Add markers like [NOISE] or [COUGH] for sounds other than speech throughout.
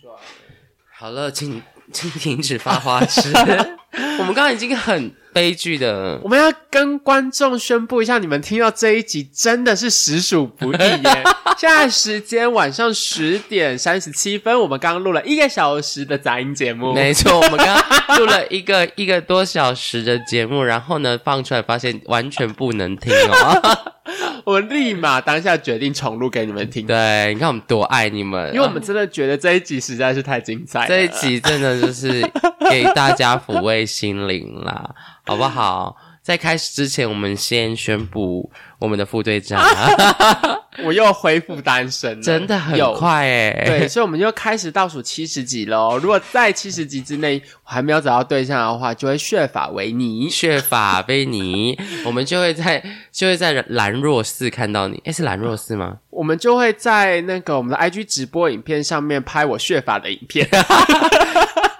帅。好了，请 [LAUGHS] 请停止发花 [LAUGHS] 痴。我们刚刚已经很悲剧的，我们要跟观众宣布一下，你们听到这一集真的是实属不易 [LAUGHS] 耶！现在时间晚上十点三十七分，我们刚刚录了一个小时的杂音节目，没错，我们刚刚录了一个一个多小时的节目，然后呢放出来发现完全不能听 [LAUGHS] 哦。我们立马当下决定重录给你们听，对，你看我们多爱你们，啊因为我们真的觉得这一集实在是太精彩了。这一集真的就是给大家抚慰心灵啦，好不好？在开始之前，我们先宣布我们的副队长，啊 [LAUGHS] 我又恢复单身了，真的很有快哎、对，所以我们就开始倒数七十集喽。如果在七十集之内我还没有找到对象的话，就会血法 [LAUGHS] 为尼。血法贝尼，我们就会在就会在兰若寺看到你。诶，是兰若寺吗？我们就会在那个我们的 IG 直播影片上面拍我血法的影片，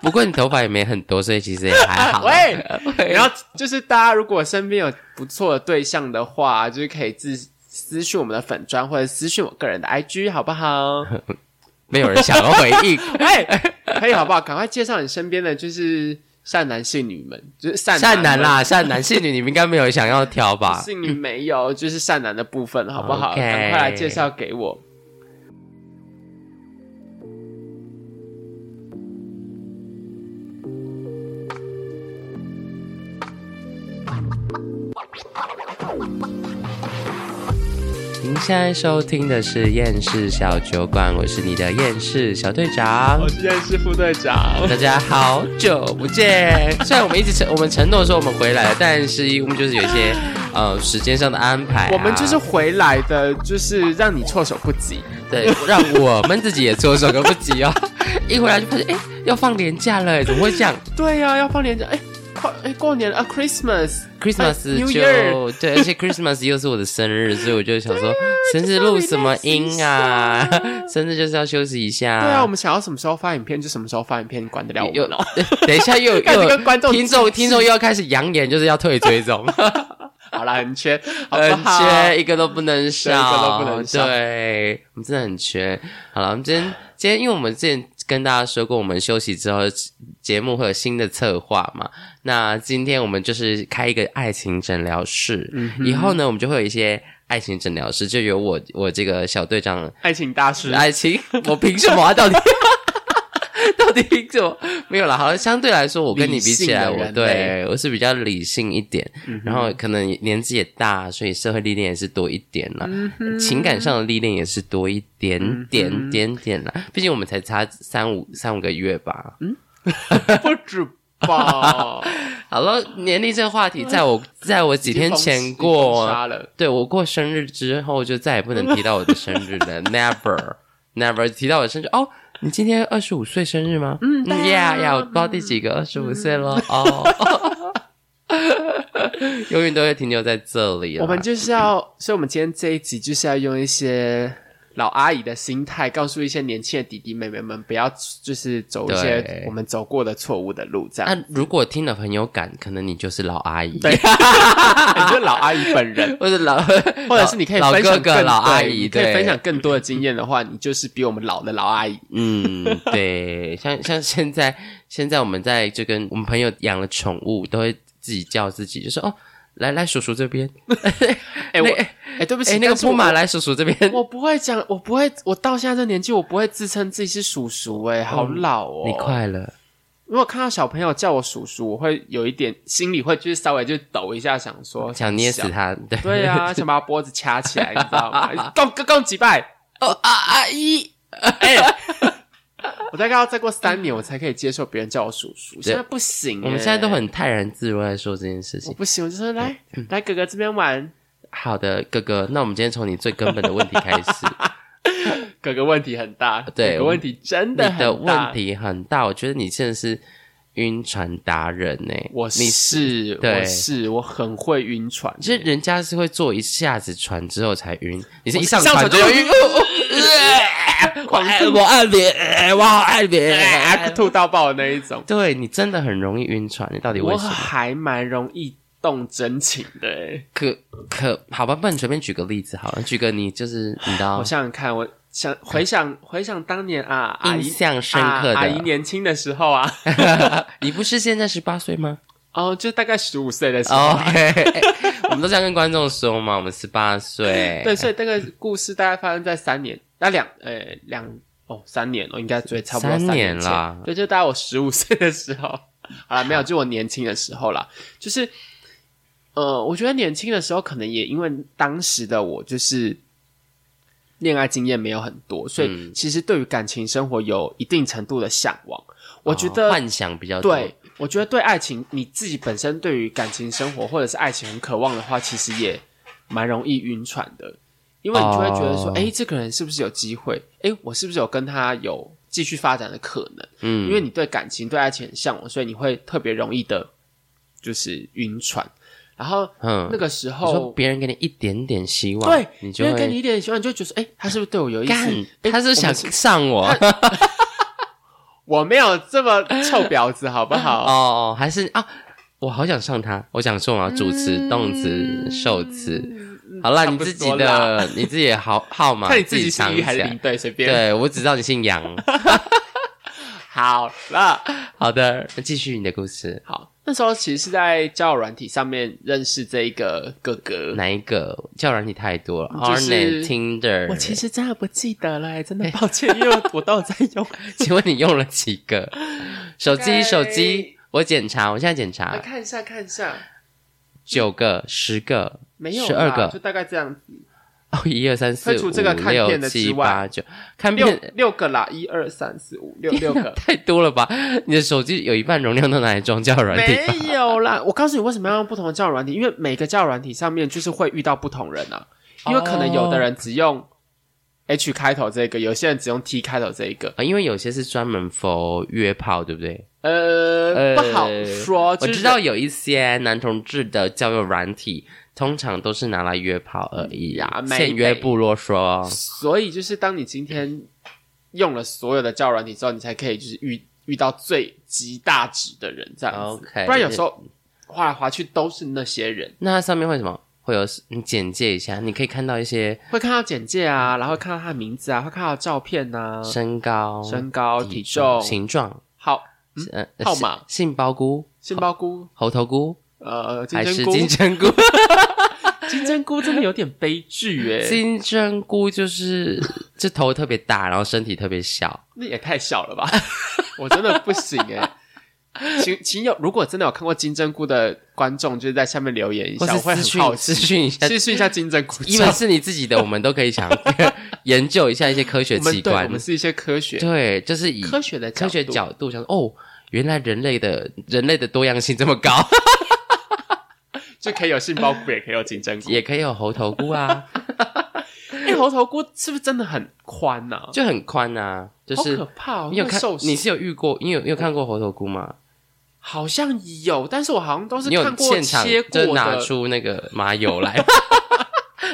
不过你头发也没很多，所以其实也还好。啊 [LAUGHS] 喂，喂然后就是大家如果身边有不错的对象的话，就是可以自私讯我们的粉砖或者私讯我个人的 IG 好 [LAUGHS] 不好？ [LAUGHS] 没有人想要回应。哎，可以好不好？赶快介绍你身边的就是善男信女们，就是善 [LAUGHS] 善男们啦，善男信女，你们应该没有想要挑吧？是你没有，就是善男的部分，好不好？ OK 赶快来介绍给我。您现在收听的是厌世小酒馆，我是你的厌世小队长我。现在是副队长，大家好久不见！虽然我们一直承我们承诺说我们回来了，但是因为就是有一些呃时间上的安排啊、我们就是回来的，就是让你措手不及。对，让我们自己也措手不及 [LAUGHS] 哦。一回来就发现，哎、要放年假了，怎么会这样对呀、要放年假，哎，快哎，过年了啊，Christmas，哎？Christmas ，New 就、 Year 对，而且 Christmas 又是我的生日，所以我就想 [LAUGHS] 说，生日录什么音啊就是要 relax 一？ [LAUGHS] 生日就是要休息一下。对啊，我们想要什么时候发影片就什么时候发影片，你管得了我又们哦？[LAUGHS] [LAUGHS] 等一下又开始又跟观众听致众敬听众又要开始扬言，就是要退追踪，好啦，很缺，好不很好？缺一个都不能少，对一个都不能少对，我们真的很缺。好了，我们今天今天因为我们之前跟大家说过，我们休息之后节目会有新的策划嘛，那今天我们就是开一个爱情诊疗室，嗯以后呢我们就会有一些爱情诊疗室，就由我我这个小队长爱情大师，爱情， [LAUGHS] 我凭什么啊？到底 [LAUGHS] 到底凭什么？没有啦，好了，相对来说，我跟你比起来，理性的我人类嗯对我是比较理性一点，然后可能年纪也大，所以社会历练也是多一点啦，嗯情感上的历练也是多一点点、点点啦。毕竟我们才差三五三五个月吧。嗯不止吧？好了，年龄这个话题，在 [LAUGHS] 我在我 [LAUGHS] 几天前过，啊杀了，对我过生日之后，就再也不能提到我的生日 [LAUGHS] 了，never never 提到我的生日。哦，你今天二十五岁生日吗？嗯，啊呀呀，我不知道第嗯几个二十五岁了。哦， [LAUGHS] 永远都会停留在这里了。我们就是要，所以我们今天这一集就是要用一些老阿姨的心态，告诉一些年轻的弟弟妹妹们，不要就是走一些对我们走过的错误的路，这样。那如果听了很有感，可能你就是老阿姨，对，你 [LAUGHS] 就是老阿姨 [LAUGHS] 本人，或者老， [LAUGHS] 或者是你可以老分享哥更哥、老阿对姨，你可以对分享更多的经验的话，你就是比我们老的老阿姨。嗯，对，像像现在，现在我们在就跟我们朋友养了宠物，都会自己叫自己，就说哦，来来叔叔这边，哎，我那哎，对不起，哎，那个但是我铺马来叔叔这 [LAUGHS] 边，我不会讲，我不会，我到现在这年纪，我不会自称自己是叔叔，哎，好老哦。你！快了，如果看到小朋友叫我叔叔，我会有一点心里会就是稍微就抖一下，想说想捏死。他，对对啊，想把他脖子掐起来，你知道吗？共共共几拜， [LAUGHS] 哦啊阿姨，我大概要再过三年，我才可以接受别人叫我叔叔。现在不行，欸我们现在都很泰然自若在说这件事我情。不行，我就说来来哥哥这边玩，好的，哥哥，那我们今天从你最根本的问题开始，哥哥问题很大，对哥哥问题 [LAUGHS] 真你的很大。的问题很大，我觉得你真的是晕船达人欸呢、我你是对我是我很会晕船，其实人家是会坐一下子船之后才晕，你是一上上船船就 [LAUGHS] 就晕。我爱我爱你，我好爱你。 [LAUGHS] [LAUGHS] 吐到爆的那一种。对你真的很容易晕船，你到底为我什么？还蛮容易动真情的欸、可可好吧，不然你随便举个例子好了，举个你就是你知道我，想想看，我想回想回想当年啊，阿印姨象深刻啊阿姨的。年轻的时候啊， [LAUGHS] 你不是现在十八岁吗哦，就大概 [LAUGHS] 十五岁的时候啊。 ？OK，哎 [LAUGHS] 我们都这样跟观众说嘛，我们十八岁。对，所以这个故事大概发生在三年，那两呃两哦三年哦，应该最差不多三三年前啦对，就大概我十五岁的时候， [LAUGHS] 好了，没有，就我年轻的时候啦，就是呃，我觉得年轻的时候可能也因为当时的我就是。恋爱经验没有很多，所以嗯其实对于感情生活有一定程度的向往。我觉哦得幻想比较多。对，我觉得对爱情，你自己本身对于感情生活或者是爱情很渴望的话，其实也蛮容易晕船的，因为你就会觉得说，哦哎、这个人是不是有机会？哎，我是不是有跟他有继续发展的可能？嗯，因为你对感情、对爱情很向往，所以你会特别容易的，就是晕船。然后嗯那个时你说候，别人给你一点点希望，对，你就因为跟你会一点喜欢，你就觉得说，哎，他是不是对我有意干思？，诶他是不是想我们上我我没有这么臭婊子，好不好？ [LAUGHS] [LAUGHS] 哦，还是啊？我好想上他，我想说嘛，主词、动词、受词。好啦，嗯差你不自己多啦的你自己的 [LAUGHS] 号号码，看你自己想姓一一还是下零对，随便。对我只知道你姓 [LAUGHS] 杨。好了，好的，那继续你的故事。好，那时候其实是在交友软体上面认识这一个哥哥。哪一个叫软体太多了就？Arnet、是 Tinder。我其实真的不记得了、哎真的抱歉，因为我都有在 [LAUGHS] 用。 [LAUGHS] 请问你用了几 [LAUGHS] 个？手机，该手机，我检查，我现在检来查，哎看一下，看一下，九个、十个、没有啦十二个就大概这样子，哦，一二三四废除五这个看六片的七之外八九，看六片六个啦，一二三四五六六个， [LAUGHS] 太多了吧？你的手机有一半容量都拿来装交友软体吧，没有啦。我告诉你为什么要用不同的交友软体，因为每个交友软体上面就是会遇到不同人啊，因为可能有的人只用 H 开头这个，有些人只用 T 开头这一个，啊因为有些是专门 for 约炮，对不对？呃，呃不好说。我哦就是知道有一些男同志的交友软体，通常都是拿来约炮而已啊呀没现约不啰嗦，所以就是当你今天用了所有的交友软体之后，你才可以就是遇遇到最极大值的人这样子。 OK 嗯不然有时候划来划去都是那些人，那它上面会什么？会有你简介一下，你可以看到一些会看到简介啊，然后看到他的名字啊，会看到照片呐、身高、呃嗯身高、体重、形状、好嗯、号码、性性包菇、杏鲍菇、猴头菇呃金还是针菇。金针 [LAUGHS] 菇？金针菇真的有点悲剧 [LAUGHS] 哎、金针菇就是这头特别大，然后身体特别小。那也太小了吧， [LAUGHS] 我真的不行哎、请请有如果真的有看过金针菇的观众，就是在下面留言一或下，是我私会很讯好奇私。讯一下，试试一下金针菇，因为是你自己的，我们都可以想 [LAUGHS] 研究一下一些科学我们器对，我官。们是一些科学对，就是以科学的科学度角度想说，哦，原来人类的人类的多样性这么 [LAUGHS] 高，就可以有杏鲍菇，也可以有金针菇。也可以有猴头菇啊， [LAUGHS] 哎、猴头菇是不是真的很宽呐、啊？就很宽啊，就是好可怕哦！你有看会受，你你是有遇过，你有你有看过猴头菇吗？好像有，但是我好像都是你有看过现场切过就的。拿出那个麻油 [LAUGHS] 来，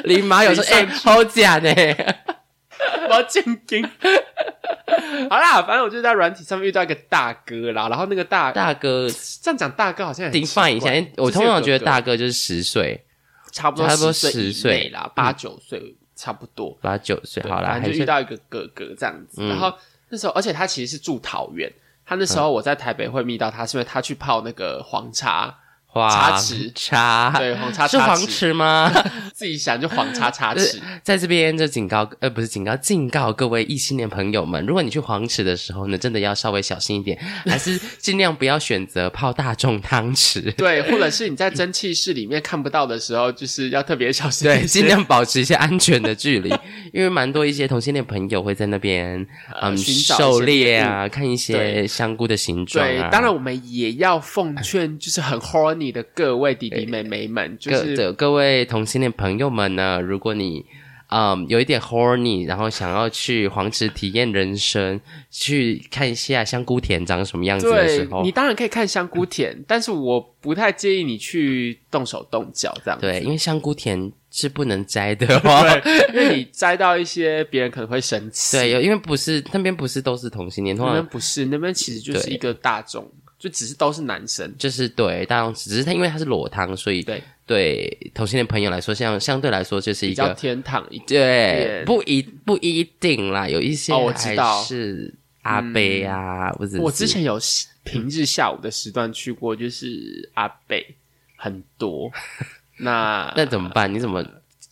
淋麻油说，淋哎、上好假呢。 [LAUGHS] [LAUGHS] 我要见金。 [LAUGHS] 好啦，反正我就在软体上面遇到一个大哥啦，然后那个大大哥这样讲大哥好像也很奇怪 define 一下，因为我通常觉得大哥就是十岁，差不多差不多10 10岁嗯以内啦，八九岁差不多。八九岁，对好啦，反还正就是遇到一个哥哥这样子。嗯然后那时候，而且他其实是住桃园，他那时候我在台北会密到他，是因为他去泡那个黄茶，黄茶匙茶，对，黄茶是茶黄呃匙，池吗？自己想就黄茶茶匙。在这边就警告，呃，不是警告，警告各位异性恋朋友们，如果你去黄池的时候呢，真的要稍微小心一点，还是尽量不要选择泡大众汤 [LAUGHS] 匙，对，或者是你在蒸汽室里面看不到的时候，就是要特别小心一对，些。尽量保持一些安全的距离，因为蛮多一些同性恋朋友会在那边，呃嗯，寻找一些狩猎啊，看一些对香菇的形状对啊，，哎当然我们也要奉劝，就是很 horny 的各位弟弟妹妹们，就各是的各位同性恋朋友们呢，如果你嗯有一点 horny，然后想要去黄池体验人生，去看一下香菇田长什么样子的时对候你，当然可以看香菇田，但是我不太建议你去动手动脚这样子。对，因为香菇田是不能摘的哦。 [LAUGHS] [LAUGHS] 对，因为你摘到一些别人可能会生气。对，有因为不是那边不是都是同性恋，通那边常不是，那边其实就是对一个大众，就只是都是男生。就是对，当然只是他因为他是裸汤，所以对对同性恋朋友来说，相相对来说这是一比较个天堂一点。对点不一不一定啦，有一些哦我还知道嗯是阿贝啊，或者我是之前有平日下午的时段去过，就是阿北很 [LAUGHS] 多。那那怎么办？你怎么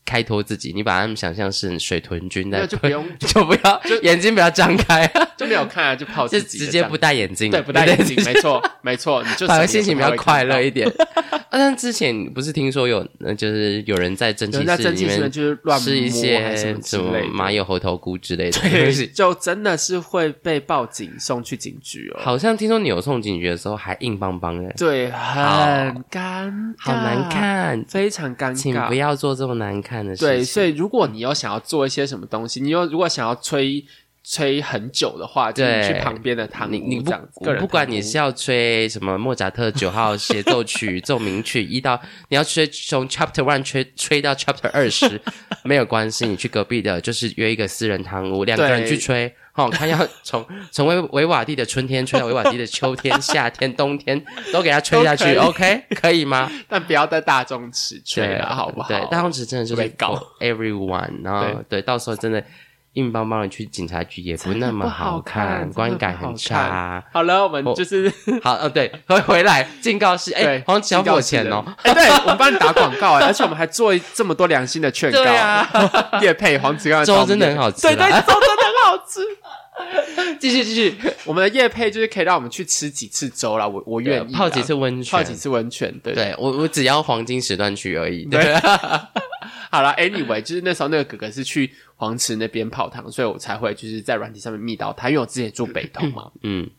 开脱自己？你把他们想象是水豚君没有在就不用 [LAUGHS] 就不要眼睛不要张开，就没有看啊，就泡就自己的直接这样不戴眼镜，对不戴眼 [LAUGHS] 镜，没错没错，你就反而什么心也情不比较会看快乐到一 [LAUGHS] 点。啊，但之前不是听说有，呃就是有人在蒸汽有人在室蒸里汽室面呢就是乱吃一摸些还是什么之什么类的麻油猴头菇之类的东对，西。就真的是会被报警送去警局哦。好像听说扭送警局的时候还硬邦邦的，对，很尴尬，好难，看，非常啊尴请尬不。要做这么难看的事情。嗯对，所以如果你有想要做一些什么东西，你又如果想要吹吹很久的话，就是你对去旁边的堂屋你你不这样，个人不管堂你屋是要吹什么莫扎特九号协奏 [LAUGHS] 曲、奏鸣曲一到，你要吹从 Chapter One 吹吹到 Chapter 二十，没有关系，你去隔壁的，就是约一个私人堂屋，两个人去吹。哦，看要从从维维瓦蒂的春天吹到维瓦蒂的秋天、夏天、冬天，都给他吹下都可去以，OK，可以 [LAUGHS] 吗？但不要在大众吃吹对啊了，好不好？对，大众池真的就是被告 for everyone，然后对，到时候真的硬邦邦的去警察局也不那么好看，真的不好观感很差啊。好了，我们我就是 [LAUGHS] 好，呃，对，回回来警告是，哎、对好像交警告我是钱人哦。哎，对，我们帮你打广告哎，而且我们还做这么多良心的劝告。对啊，叶配黄子刚粥真的很好吃啦啊对对，粥真的很好吃。 [LAUGHS] 继续继续，我们的叶配就是可以让我们去吃几次粥啦，我我愿意啦啊泡几次温泉，泡几次温泉，对对我我只要黄金时段去而已。对，好了，anyway，就是那时候那个哥哥是去黄池那边泡汤，所以我才会就是在软体上面密到他，因为我之前住北投 [LAUGHS] 嘛，嗯，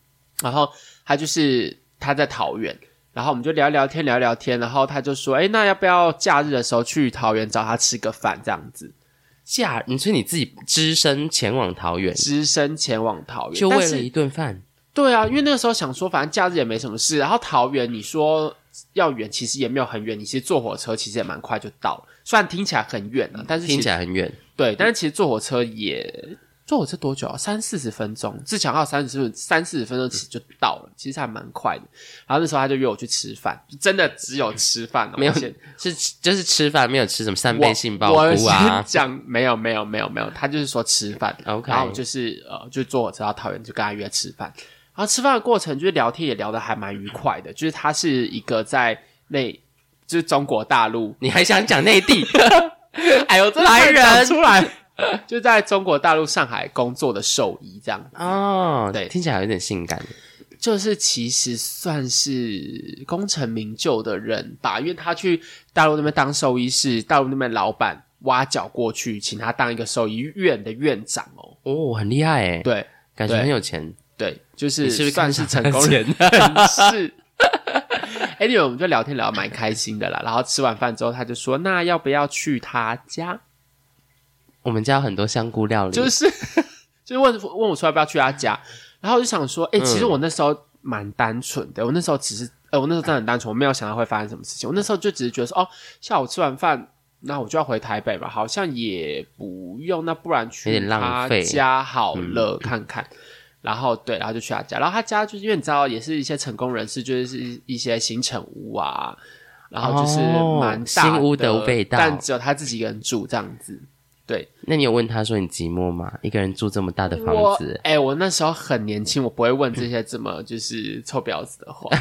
然后他就是他在桃园，然后我们就聊聊天聊聊天，然后他就说，哎，那要不要假日的时候去桃园找他吃个饭这样子？假，你说你自己只身前往桃园，只身前往桃园，就但为是了一顿饭，对啊，因为那个时候想说，反正假日也没什么事。然后桃园，你说要远，其实也没有很远，你其实坐火车其实也蛮快就到了。虽然听起来很远啊，但是听起来来很远，对，但是其实坐火车也坐火车多久啊？三四十分钟，至强号三十分三四十分钟其实就到了，其实还蛮快的。然后那时候他就约我去吃饭，真的只有吃饭、[LAUGHS] 哦，没有而且是就是吃饭没有吃什么三我杯杏鲍菇我先啊，嗯讲没有没有没有没有，他就是说吃饭 OK 然后我就是呃，就坐火车到桃园，就跟他约吃饭。然后吃饭的过程就是聊天，也聊得还蛮愉快的。就是他是一个在内，就是中国大陆，你还想讲内 [LAUGHS] 地？ [LAUGHS] 哎呦，这来来人人出来， [LAUGHS] 就在中国大陆上海工作的兽医，这样哦，对听起来有点性感。就是其实算是功成名就的人吧，因为他去大陆那边当兽医是大陆那边老板挖角过去，请他当一个兽医院的院长哦。哦，很厉害哎，对感觉对很有钱。对，就是你是不是算看是上成功人他的是。anyway，我们就聊天聊得蛮开心的啦。然后吃完饭之后，他就说：“那要不要去他家 [LAUGHS] 我们家有很多香菇料？”理，就是 [LAUGHS] 就是问问我说要不要去他家，然后我就想说：“哎、嗯其实我那时候蛮单纯的，我那时候只是呃，我那时候真的很单纯，我没有想到会发生什么事情。我那时候就只是觉得说，哦，下午吃完饭。”那我就要回台北吧，好像也不用，那不然去有点浪他费嗯家好了、看看。然后对，然后就去他家，然后他家就是因为你知道，也是一些成功人士，就是一些新城屋啊，然后就是哦蛮大新屋的味道但只有他自己一个人住这样子。那你有问他说你寂寞吗？一个人住这么大的我房子，哎、我那时候很年轻，我不会问这些这么就是臭婊子的话。 [LAUGHS]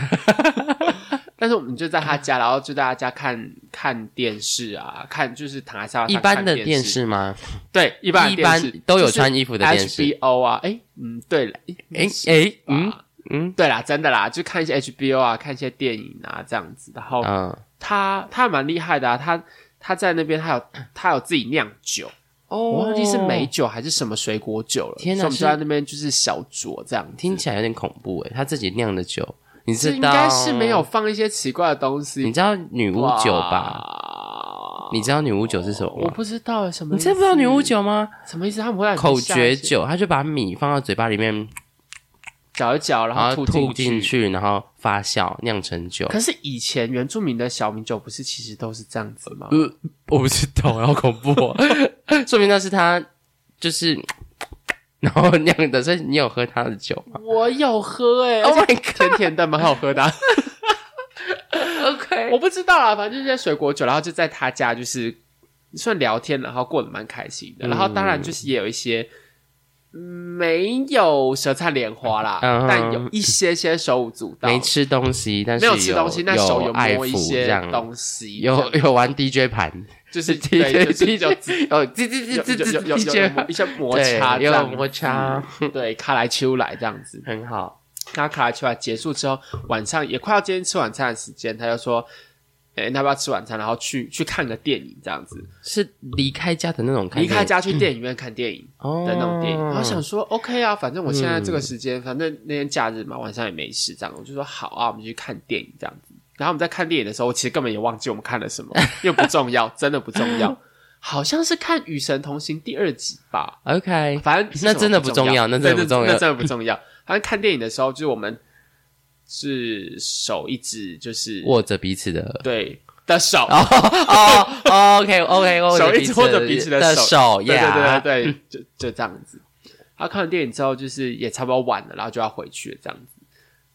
但是我们就在他家，然后就在他家看看电视啊，看就是躺在沙发上一般的看电视，视吗？对，一般的一电般视都有穿衣服的电视 HBO 啊，哎、嗯，对了，哎哎，嗯嗯嗯，对啦，真的啦，就看一些 HBO 啊，看一些电影啊这样子。然后嗯，他他还蛮厉害的啊，他他在那边他有他有自己酿酒，哦我忘记是梅。酒还是什么水果酒了。天哪所以我们是就在那边就是小酌这样子。听起来有点恐怖哎，他自己酿的酒，你知这道？应该是没有，放一些奇怪的东西。你知道女巫酒吧？哇你知道女巫酒是什么我吗？不知道什么你意思。真不知道女巫酒吗？什么意思？他们会让你口下诀一些，酒，他就把米放到嘴巴里面，搅一搅，然然后后吐进进。去，然后发酵酿成酒。可是以前原住民的小米酒不是其实都是这样子吗？呃，我不知道，好恐怖、哦， [LAUGHS] 说明那是他就是。 [LAUGHS] 然后酿的，所以你有喝他的酒吗我有喝哎、欸， [LAUGHS] ？Oh 而且 my god！甜甜的，蛮好喝的啊、 OK，我不知道啦，反正就是在水果酒，然后就在他家就是算聊天，然后过得蛮开心的。然后当然就是也有一些嗯没有舌灿莲花啦，嗯但有一些些手舞足蹈，没吃东西，但是没有吃东西，但手有爱摸一抚这些样，东西，有有玩 DJ 盘，就是 [LAUGHS] 对， DJ 就是有 [LAUGHS] 有这这有这有这有有 DJ 有盘一些摩擦，这有样嗯摩擦，对，卡来秋来这样子。很好。然后卡拉丘瓦结束之后，晚上也快要今天吃晚餐的时间，他就说：“哎、那要不要吃晚餐？然后去去看个电影这样子，是离开家的那种感离觉，开家去电影院看电影哦嗯的那种电影。然后想说：“OK 啊，反正我现在这个时间，反正那天假日嘛，晚上也没事，这样我就说好啊，我们就去看电影这样子。”然后我们在看电影的时候，我其实根本也忘记我们看 [LAUGHS] 了什么，又不重要，真的不重要。好像是看《与神同行》第二集吧， OK，反正是那什么真的不不重要那真的不重要那真的不重要。反正看电影的时候，就是我们是手一直就是握着彼此的 [LAUGHS] 对的手，哦哦，OK [LAUGHS] OK，握手着一直握着彼此的的手，对对对 yeah 对对，就就这样子。然后看完电影之后，就是也差不多晚了，然后就要回去了这样子。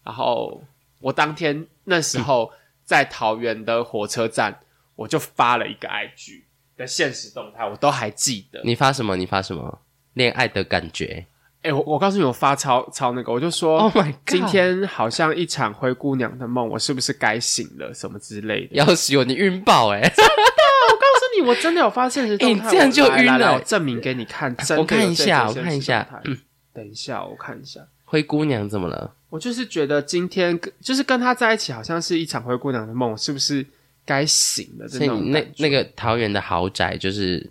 然后我当天那时候在桃园的火车站，我就发了一个 IG 的现实动态，我都还记得。你发什么？你发什么？恋爱的感觉哎、我我告诉你，我发超超那个，我就说 Oh my god 哦今天好像一场灰姑娘的梦，我是不是该醒了？什么之类的。要死我，你晕爆哎！告诉你，我真的有发现实动态，哎你这样就我来来晕了哎来我证明给你看，真的有我看一下这些我看一下嗯现实动态。等一下，我看一下。 [LAUGHS] 灰姑娘怎么了？我就是觉得今天跟就是跟他在一起，好像是一场灰姑娘的梦，我是不是该醒了？所这以种你那感觉那个桃园的豪宅就是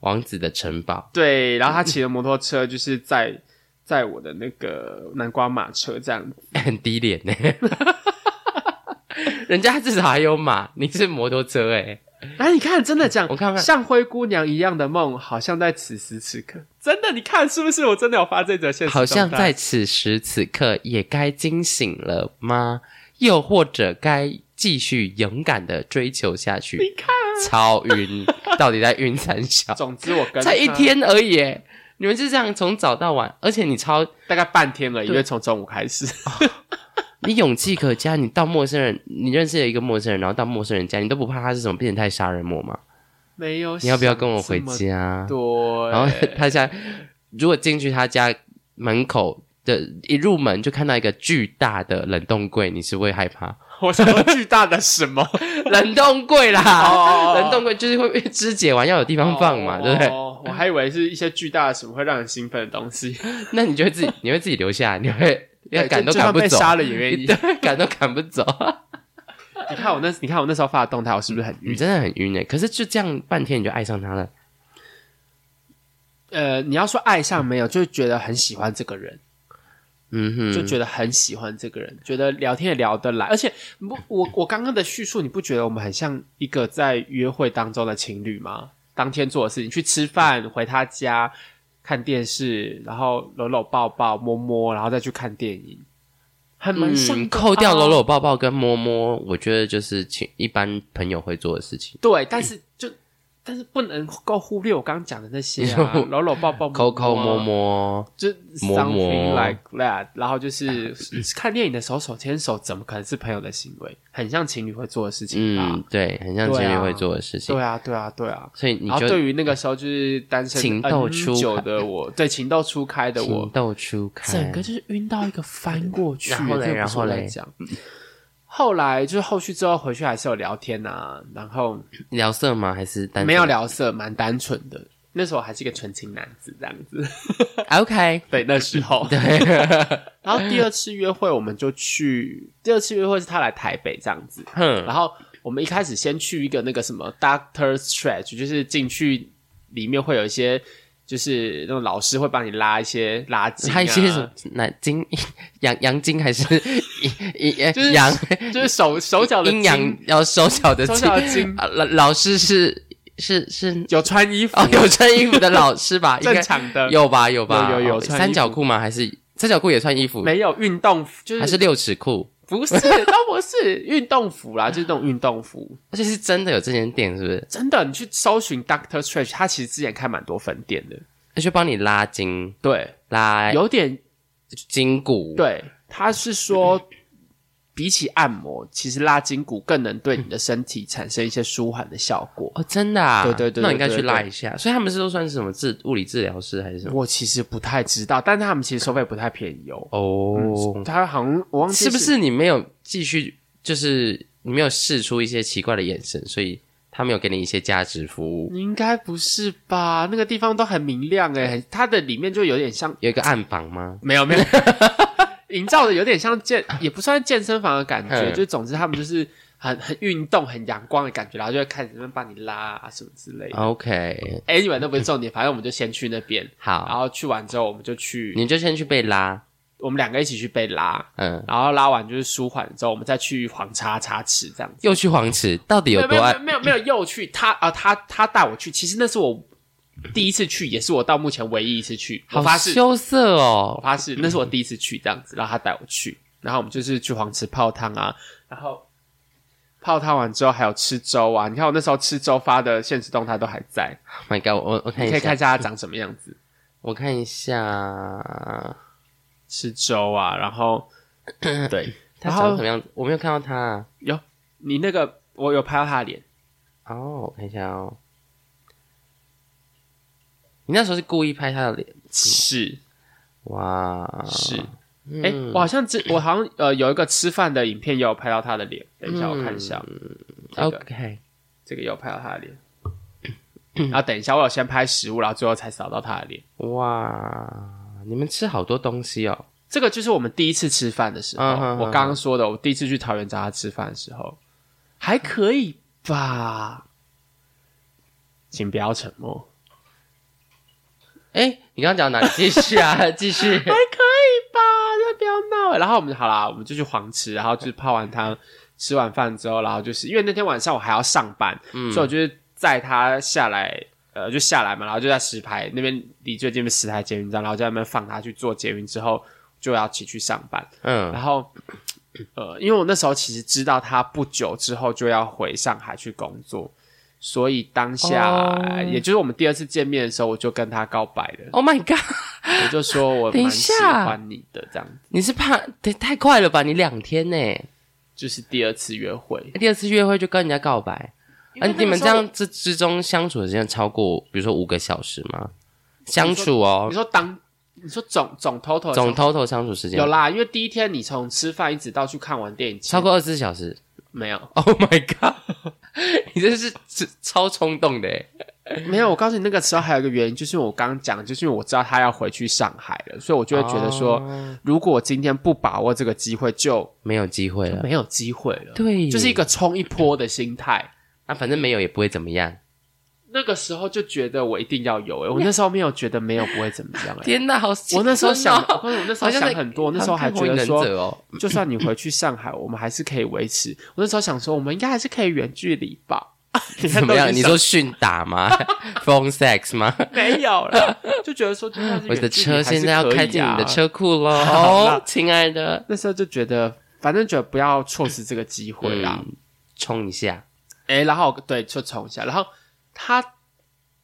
王子的城堡，对，然后他骑着摩托车，就是在在我的那个南瓜马车这样子。很低廉呢。 [LAUGHS] 人家至少还有马，你是摩托车哎，哎，你看，真的讲，我看看像灰姑娘一样的梦，好像在此时此刻，真的，你看是不是？我真的有发这则现实动态，好像在此时此刻也该惊醒了吗？又或者该继续勇敢的追求下去？你看。超晕，到底在晕三 [LAUGHS] 小？总之，我跟才一他天而已耶，你们就这样从早到晚，而且你超大概半天而已，对因为从中午开始。你勇气可嘉，你到陌生人，你认识了一个陌生人，然后到陌生人家，你都不怕他是什么变态杀人魔吗？没有，你要不要跟我回？家？啊对，然后他家如果进去他家门口的一入门就看到一个巨大的冷冻柜，你是不会害 [LAUGHS] 怕？ [LAUGHS] 我想说巨大的什 [LAUGHS] 么冷冻柜啦，哦冷冻柜就是会被肢解完要有地方放嘛，对不对？哦我还以为是一些巨大的什么会让人兴奋的东西，那你就会自己，你会自己留下，你会 [LAUGHS] 要 [LAUGHS] 对赶都就就赶算不被走，杀了也愿 [LAUGHS] 意。对，赶都赶不走。你看我那，你看我那时候发的动态，我是不是很你晕？真的很晕欸诶，可是就这样半天你就爱上他了，呃，你要说爱上没有，就是觉得很喜欢这个人。嗯哼，就觉得很喜欢这个人，觉得聊天也聊得来，而且不，我我刚刚的叙述，你不觉得我们很像一个在约会当中的情侣吗？当天做的事情，去吃饭，回他家看电视，然后搂搂抱抱、摸摸，然后再去看电影，很蛮像的、啊嗯，扣掉搂。搂抱抱跟摸摸，我觉得就是请一般朋友会做的事情，对，但是就但是不能够忽略我刚刚讲的那些 [LAUGHS] 啊，搂搂抱抱、抠抠摸摸。摸，就摸摸 something like that，然后就是 [COUGHS] 看电影的时候手牵手，怎么可能是朋友的行为？很像情侣会做的事情吧？嗯，对，很像情对侣啊会做的事情，对啊，对啊，对啊。所以你然后就对于那个时候就是单身情窦很初久开的我，对情窦初开的情我，窦初开，整个就是晕到一个翻过去。然后嘞这个然不是我后在嘞讲，后来就是后续之后回去还是有聊天啊，然后聊色吗？还是单纯没有聊色，蛮单纯的。那时候还是一个纯情男子这样子， ？OK，对，那时候对， [LAUGHS] 然后第二次约会，我们就去第二次约会是他来台北这样子，哼，然后我们一开始先去一个那个什么 Doctor Stretch，就是进去里面会有一些，就是那种老师会帮你拉一些拉筋、啊，还有一些什么奶精阳阳精还是 [LAUGHS] 阴阴就是阳就是手手脚的阴阳筋要手脚的手筋脚 [LAUGHS] 的筋啊老老师是是是有穿衣服，哦，有穿衣服的老师 [LAUGHS] 吧？应正该常的有吧？有吧？有有有哦穿衣服三角裤吗？还是三角裤也穿衣服？没有运动服，就还是是六尺裤？不是都不是运动服啦，就是那种运动服。而且是真的有这间店，是不是？真的，你去搜寻 Doctor Stretch，它其实之前开蛮多分店的，他去帮你拉筋、对，拉有点筋骨，对，他是说比起按摩，其实拉筋骨更能对你的身体产生一些舒缓的效果。哦，真的啊，对对对那我应该对去对拉一下。所以他们是都算是什么治物理治疗师还是什么？我其实不太知道，但是他们其实收费不太便宜哦。哦，他好像我忘记是不是你没有继续，就是你没有试出一些奇怪的眼神，所以他们有给你一些价值服务，应该不是吧？那个地方都很明亮诶、很它的里面就有点像，有一个暗房吗？没 [LAUGHS] 有没有，营造的有点像健，也不算健身房的感觉，嗯就总之他们就是很很运动、很阳光的感觉，然后就会开始那边帮你拉啊什么之类的。 OK， anyway，那不是重点，反正我们就先去那边，然好，后去完之后我们就去，你就先去被拉，我们两个一起去被拉，嗯，然后拉完就是舒缓之后，我们再去黄叉叉池这样子。又去黄池，到底有没多有暗？没有没有没有又去他啊、他他带我去，其实那是我第一次去，也是我到目前唯一一次去。我好发誓，羞涩我哦，发誓，那是我第一次去这样子，然后他带我去，然后我们就是去黄池泡汤啊，然后泡汤完之后还有吃粥啊。你看我那时候吃粥发的现实动态都还在， Oh my god，我我我看你可一以看下一，下它长什么样子。我看一下，吃粥啊，然后 [CLEARS THROAT] 对，他然长后什么样子？我没有看到他啊。有你那个我有拍到他的脸，哦，我看一下哦。你那时候是故意拍他的脸？是哇，是，嗯哎、我好像之我好像呃有一个吃饭的影片也有拍到他的脸，等一下嗯我看一下，这个 OK，这个也有拍到他的脸。 [CLEARS THROAT] 然后等一下，我有先拍食物，然后最后才扫到他的脸。哇，你们吃好多东西哦。这个就是我们第一次吃饭的时候，嗯哼我刚刚说的，我第一次去桃园找他吃饭的时候，还可以吧？请不要沉默，哎，你刚刚讲哪里？继续啊，继 [LAUGHS] 续。还可以吧？那不要闹。欸然后我们好啦，我们就去黄池，然后就是泡完汤，吃完饭之后，然后就是因为那天晚上我还要上班，嗯所以我就是载他下来，呃，就下来嘛，然后就在石牌那边离最近的石牌捷运站，然后在那边放他去做捷运之后，就要骑去上班。嗯然后，呃，因为我那时候其实知道他不久之后就要回上海去工作，所以当下、哦也就是我们第二次见面的时候，我就跟他告白了， ，Oh my god， [LAUGHS] 我就说我等一蛮喜下欢你的，这样子你是怕太太快了吧？你两天呢，就是第二次约会。第二次约会就跟人家告白，因而为那个你们时这候样之之中相处的时间超过，比如说五个小时吗？相处你哦，说当你说总总 total 总 total 相处时间有啦，因为第一天你从吃饭一直到去看完电影，超过二十四小时。没有 Oh my god！你 [LAUGHS] 这是是超冲动的欸，没有。我告诉你，那个时候还有一个原因，就是我刚刚讲，就是因为我知道他要回去上海了，所以我就会觉得说，哦如果我今天不把握这个机会，就没有机会了。没有机会了。对耶，就是一个冲一波的心态。啊，反正没有也不会怎么样。那个时候就觉得我一定要有、欸，我那时候没有觉得没有不会怎么样、[LAUGHS] 欸。天哪，好青春哦！我那时候想，我跟你说我那时候好像在想很多，那时候还觉得好像看火影说忍，者哦，就算你回去上海，我们还是可以维持。我那时候想说，我们应该还是可以远距离吧？ [LAUGHS] 你看怎么都已样？经你想说训打吗 [LAUGHS] ？Phone sex 吗？没有了，就觉得说就算是我的远距离车还是现在要可以开进你的啊。车库喽，好啦哦 [LAUGHS] 亲爱的，那时候就觉得，反正觉得不要错失这个机会啦。嗯，冲一下。哎、然后对，就重一下，然后他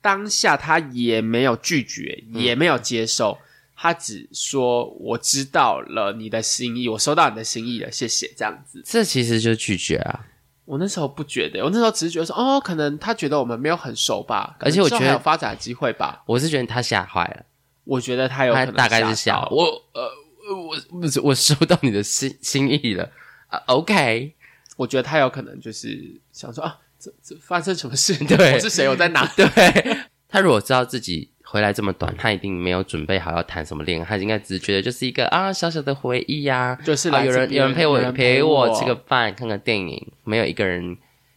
当下他也没有拒绝，也嗯没有接受，他只说我知道了你的心意，我收到你的心意了，谢谢这样子。这其实就拒绝啊，我那时候不觉得，我那时候只是觉得说，哦，可能他觉得我们没有很熟吧，而且我可能之后觉得还有发展的机会吧。我是觉得他吓坏了，我觉得他有可他能大概是吓吓到，我，呃，我不是我收到你的心 [LAUGHS] 心意了啊，OK， [LAUGHS] 我觉得他有可能就是想说啊，这这发生什么事？对我是谁？我在哪？对他如果知道自己回来这么短，他一定没有准备好要谈什么恋爱，他应该只是觉得就是一个啊小小的回忆呀、就是啊，来有自人别有人陪我有人陪我我吃个饭，看个电影，没有一个人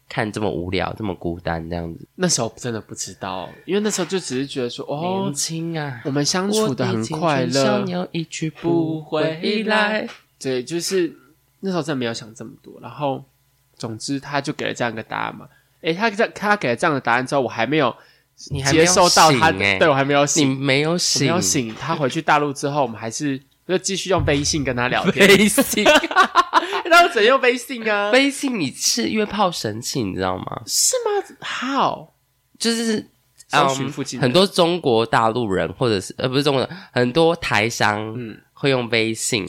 看这么无聊，这么孤单这样子。那时候真的不知道，因为那时候就只是觉得说，哦年，轻啊，我们相处的很快我的青春少乐，年一去不不回回来来。。对，就是那时候真的没有想这么多。然后，总之他就给了这样一个答案嘛。诶，他这他给了这样的答案之后，我还没有你还没有接受到他，醒欸对我还没有你醒，没有我醒，没有醒。他回去大陆之后，我们还是就继续用微信跟他聊天。 [LAUGHS] 微信， [LAUGHS] 那我只能用微信 [LAUGHS] 啊？微信你是约炮神器，你知道吗？是吗？How？就是搜嗯寻附近的很多中国大陆人，或者是呃不是中国人，很多台商嗯会用微信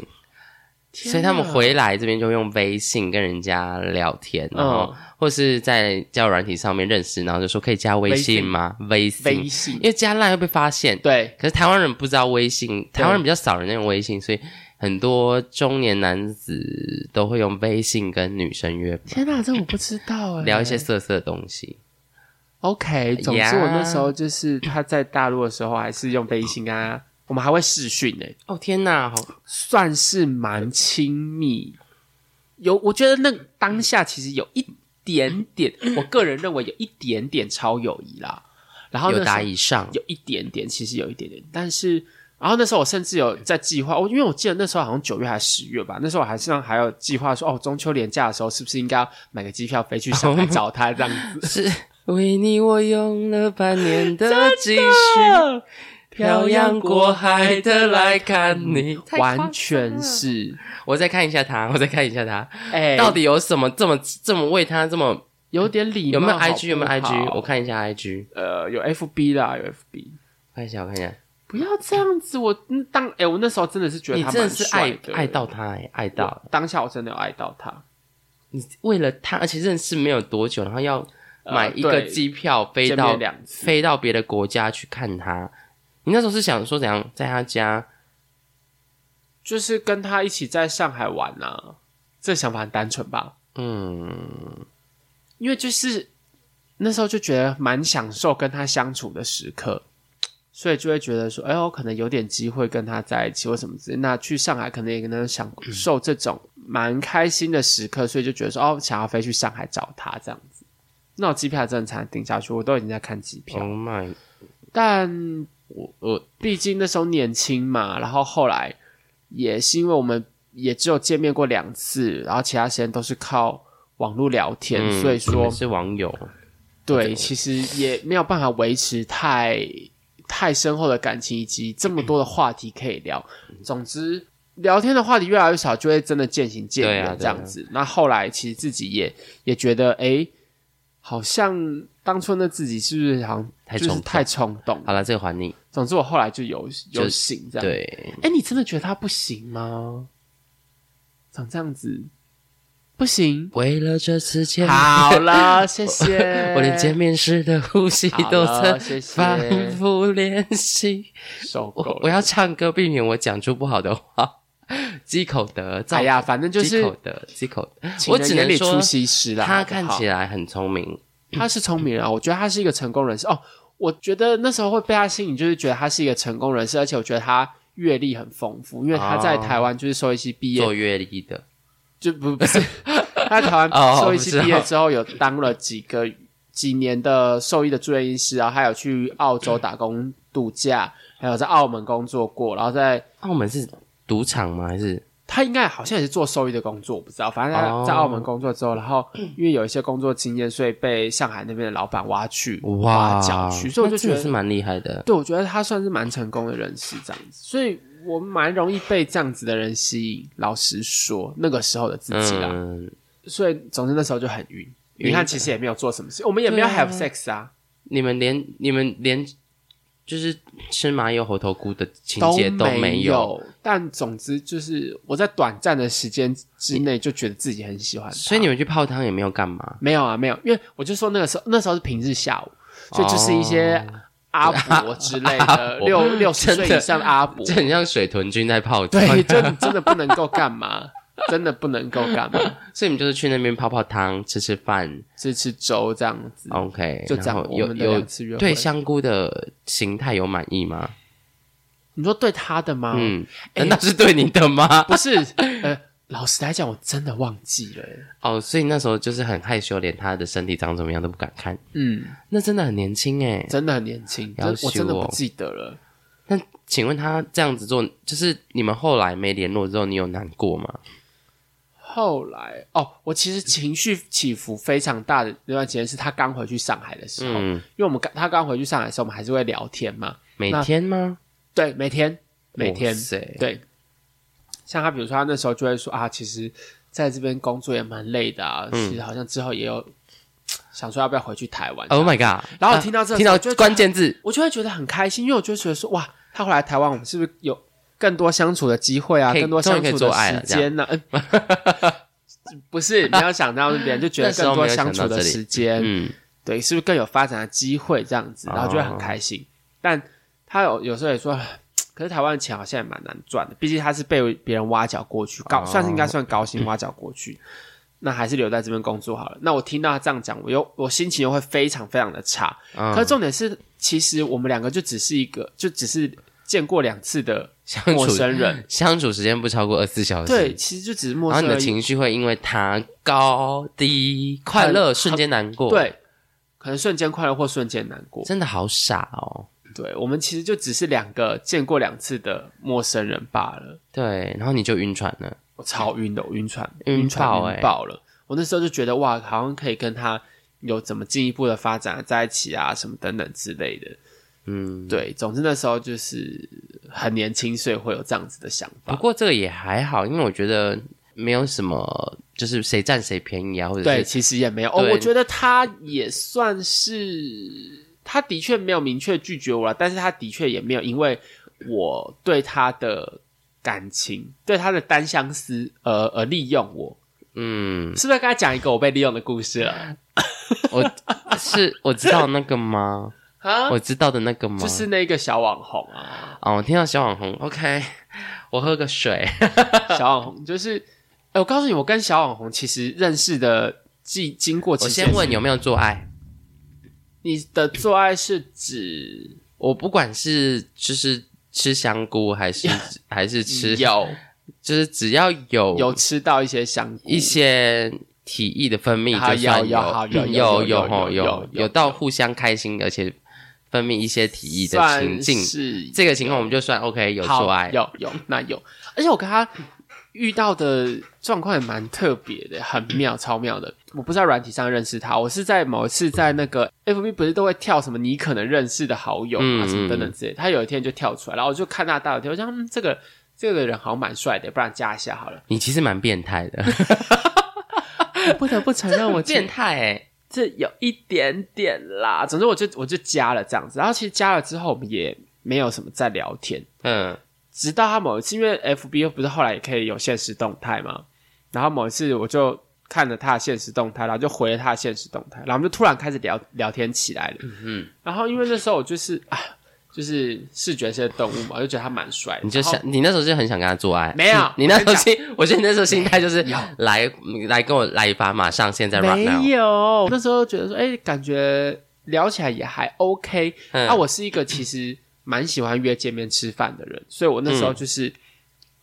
天所以他们哪回来这边就用微信跟人家聊天，然嗯后或是在交友软体上面认识，然后就说可以加微信吗？微信，微信因，为加 line 会被发现。对，可是台湾人不知道微信，台湾人比较少人用微信，所以很多中年男子都会用微信跟女生约炮天哪，这我不知道 [LAUGHS] 哎、欸聊一些色色的东西。 OK，总之呀我那时候就是他在大陆的时候，还是用微信啊，我们还会视讯呢、哦天哪，好算是蛮亲密。有，我觉得那当下其实有一点点，我个人认为有一点点超友谊啦。然后那有时候打以上，有一点点，其实有一点点，但是。然后那时候我甚至有在计划，我因为我记得那时候好像九月还是十月吧，那时候我还是还有计划说，哦，中秋连假的时候是不是应该要买个机票飞去上海找他这样 [LAUGHS] 子？是为你我用了半年的积蓄，漂洋过海的来看你。完全是，嗯我再看一下他，我再看一下他，哎、到底有什么这么这么为他这么有点礼貌有没有好不 IG 有没有 IG？好我看一下 IG，呃，有 FB 啦，有 FB。看一下我看一下，不要这样子，我嗯当哎、我那时候真的是觉得你他真的蛮是帅爱的爱到他哎，爱到我当下我真的有爱到他，你为了他，而且认识没有多久，然后要买一个呃对机票飞见到面两次，飞到别的国家去看他。你那时候是想说怎样在他家？就是跟他一起在上海玩啊，这想法很单纯吧？嗯，因为就是那时候就觉得蛮享受跟他相处的时刻，所以就会觉得说，哎呦，可能有点机会跟他在一起或什么之类。那去上海可能也能享受这种蛮开心的时刻，所以就觉得说，哦，想要飞去上海找他这样子。那我机票真的差点订下去，我都已经在看机票， Oh my！但我我毕竟那时候年轻嘛，然后后来也是因为我们也只有见面过两次，然后其他时间都是靠网络聊天，嗯所以你说们是网友，对，其实也没有办法维持太太深厚的感情，以及这么多的话题可以聊。总之，聊天的话题越来越少，就会真的渐行渐对啊远对啊这样子。那后来其实自己也也觉得，哎，好像当初那自己是不是好像太就是冲动太冲动？好了，这个还你。总之，我后来就有就有醒这样。，对，哎，你真的觉得他不行吗？长这样子不行。为了这次见面，好了， [LAUGHS] 谢谢。我连见面时的呼吸好都了，曾谢谢。反复练习。受够我了。我要唱歌，避免我讲出不好的话。 [LAUGHS] 积口德，造哎呀，反正就积是口德，积口德。情我人只眼能里说出，西施啦。他好不好看起来很聪明，他是聪明人啊，我觉得他是一个成功人士哦。我觉得那时候会被他吸引，就是觉得他是一个成功人士，而且我觉得他阅历很丰富，因为他在哦台湾就是收一些毕业，做乐理的。就不 [LAUGHS] 不是他在台哦湾收一我知些道毕业之后有当了几个几年的兽医的住院医师，然后还有去澳洲打工度假，还有在澳门工作过，然后在澳门是赌场吗？还是他应该好像也是做兽医的工作，我不知道。反正他哦在澳门工作之后，然后 [COUGHS] 因为有一些工作经验，所以被上海那边的老板挖去挖哇？角去，所以我就那觉真的是得，蛮厉害的。对我觉得他算是蛮成功的人士这样子，所以我蛮容易被这样子的人吸引。老实说，那个时候的自己啦，嗯，所以总之那时候就很晕。晕你看，其实也没有做什么事，我们也没有对啊 have sex 啊，你们连你们连就是吃麻油猴头菇的情都节都没没有，有。但总之就是我在短暂的时间之内就觉得自己很喜欢他，所以你们去泡汤也没有干嘛。没有啊，没有，因为我就说那个时候，那时候是平日下午，所以就是一些阿伯之类哦 [LAUGHS] 阿的，伯六六十岁 [LAUGHS] 真的以上的阿伯这，很像水豚君在泡汤，对，就你真的不能够干嘛，真的不能够干嘛，所以你们就是去那边泡泡汤、吃吃饭吃吃粥这样子， ，OK，就这然样后。我有们的两有次约对会，香菇的形态有满意吗？你说对他的吗？嗯，难道是对你的吗？ [LAUGHS] 不是，呃，老实来讲，我真的忘记了，欸哦，所以那时候就是很害羞，连他的身体长怎么样都不敢看。嗯，那真的很年轻哎。真的很年轻，要我真的羞哦不记得了。那请问他这样子做，就是你们后来没联络之后，你有难过吗？后来哦，我其实情绪起伏非常大的那段时间是他刚回去上海的时候，嗯，因为我们刚他刚回去上海的时候，我们还是会聊天嘛。每天吗？对，每天每哇天塞对。像他，比如说他那时候就会说啊，其实在这边工作也蛮累的啊，嗯其实好像之后也有想说要不要回去台湾。 ，Oh my god！然后我听到这个听时候到就会觉得关键字，我就会觉得很开心，因为我就觉得说哇，他回来台湾，我们是不是有更多相处的机会啊，可以更多终于相可以处做的爱时了间呢、呃 [LAUGHS] 不是，你要想到那边就觉得那时候没更有多想到相处的这里时间，嗯，对，是不是更有发展的机会这样子，哦然后就会很开心。但他有有时候也说，可是台湾的钱好像也蛮难赚的，毕竟他是被别人挖角过去，高、哦算是应该算高薪挖角过去。 [CLEARS THROAT] 那还是留在这边工作好了。那我听到他这样讲，我又我心情又会非常非常的差。嗯可是重点是，其实我们两个就只是一个，就只是见过两次的相陌处生人。嗯相处时间不超过二十四小时，对，，其实就只是陌然后你生的人。情绪会因为它高低、快乐瞬间难过，，对，可能瞬间快乐或瞬间难过。真的好傻哦。对，我们其实就只是两个见过两次的陌生人罢了。对，然后你就晕船了，我超晕的，我晕船，晕晕船爆欸晕爆了。我那时候就觉得哇，好像可以跟他有怎么进一步的发展在一起啊，什么等等之类的。嗯。对，总之那时候就是很年轻，所以会有这样子的想不法。过这个也还好，因为我觉得没有什么，就是谁占谁便宜啊，或者对，是其实也没有哦，对我觉得他也算是，他的确没有明确拒绝我了，但是他的确也没有因为我对他的感情、对他的单相思而而利用我。嗯，是不是该讲一个我被利用的故事啊 [LAUGHS] 了我是我知道那个 [LAUGHS] 吗？啊？我知道的那个吗？就是那个小网红 [LAUGHS] 啊，哦，我听到小网红，OK，我喝个水。小网红就是，哎、我告诉你，我跟小网红其实认识的经经过，我先问，有没有做爱？你的做爱是指我不管是就是吃香菇还是还是吃，有就是只要有有吃到一些香菇一些体液的分泌，好就算有有好有有有有有吼有有有有到互相开心，而且分泌一些体液的情算境，是这个情况我们就算 OK 有好做爱。有有那有，而且我跟他遇到的状况也蛮特别的，很妙，超妙的。我不是在软体上认识他，我是在某一次在那个 FB 不是都会跳什么你可能认识的好友嗯啊什么等等之类的，他有一天就跳出来，然后我就看他大头贴，我想、嗯、这个这个人好像蛮帅的，不然加一下好了。你其实蛮变态的，我 [LAUGHS] 不得不承认， [LAUGHS] 我变见态哎、这有一点点啦。总之我就我就加了这样子，然后其实加了之后我们也没有什么在聊天。嗯，直到他某一次，因为 FB 又不是后来也可以有现实动态嘛，然后某一次我就看了他的现实动态，然后就回了他的现实动态，然后我们就突然开始聊聊天起来了。嗯，然后因为那时候我就是啊，就是视觉系的动物嘛，我就觉得他蛮帅的。你就然后想，你那时候就很想跟他做爱，没有你你那时候心，我觉得你那时候心态就是来来跟我来一发，马上现在 right now，没有，我那时候觉得说，哎、感觉聊起来也还 OK、嗯啊。我是一个其实蛮喜欢约见面吃饭的人，所以我那嗯时候就是，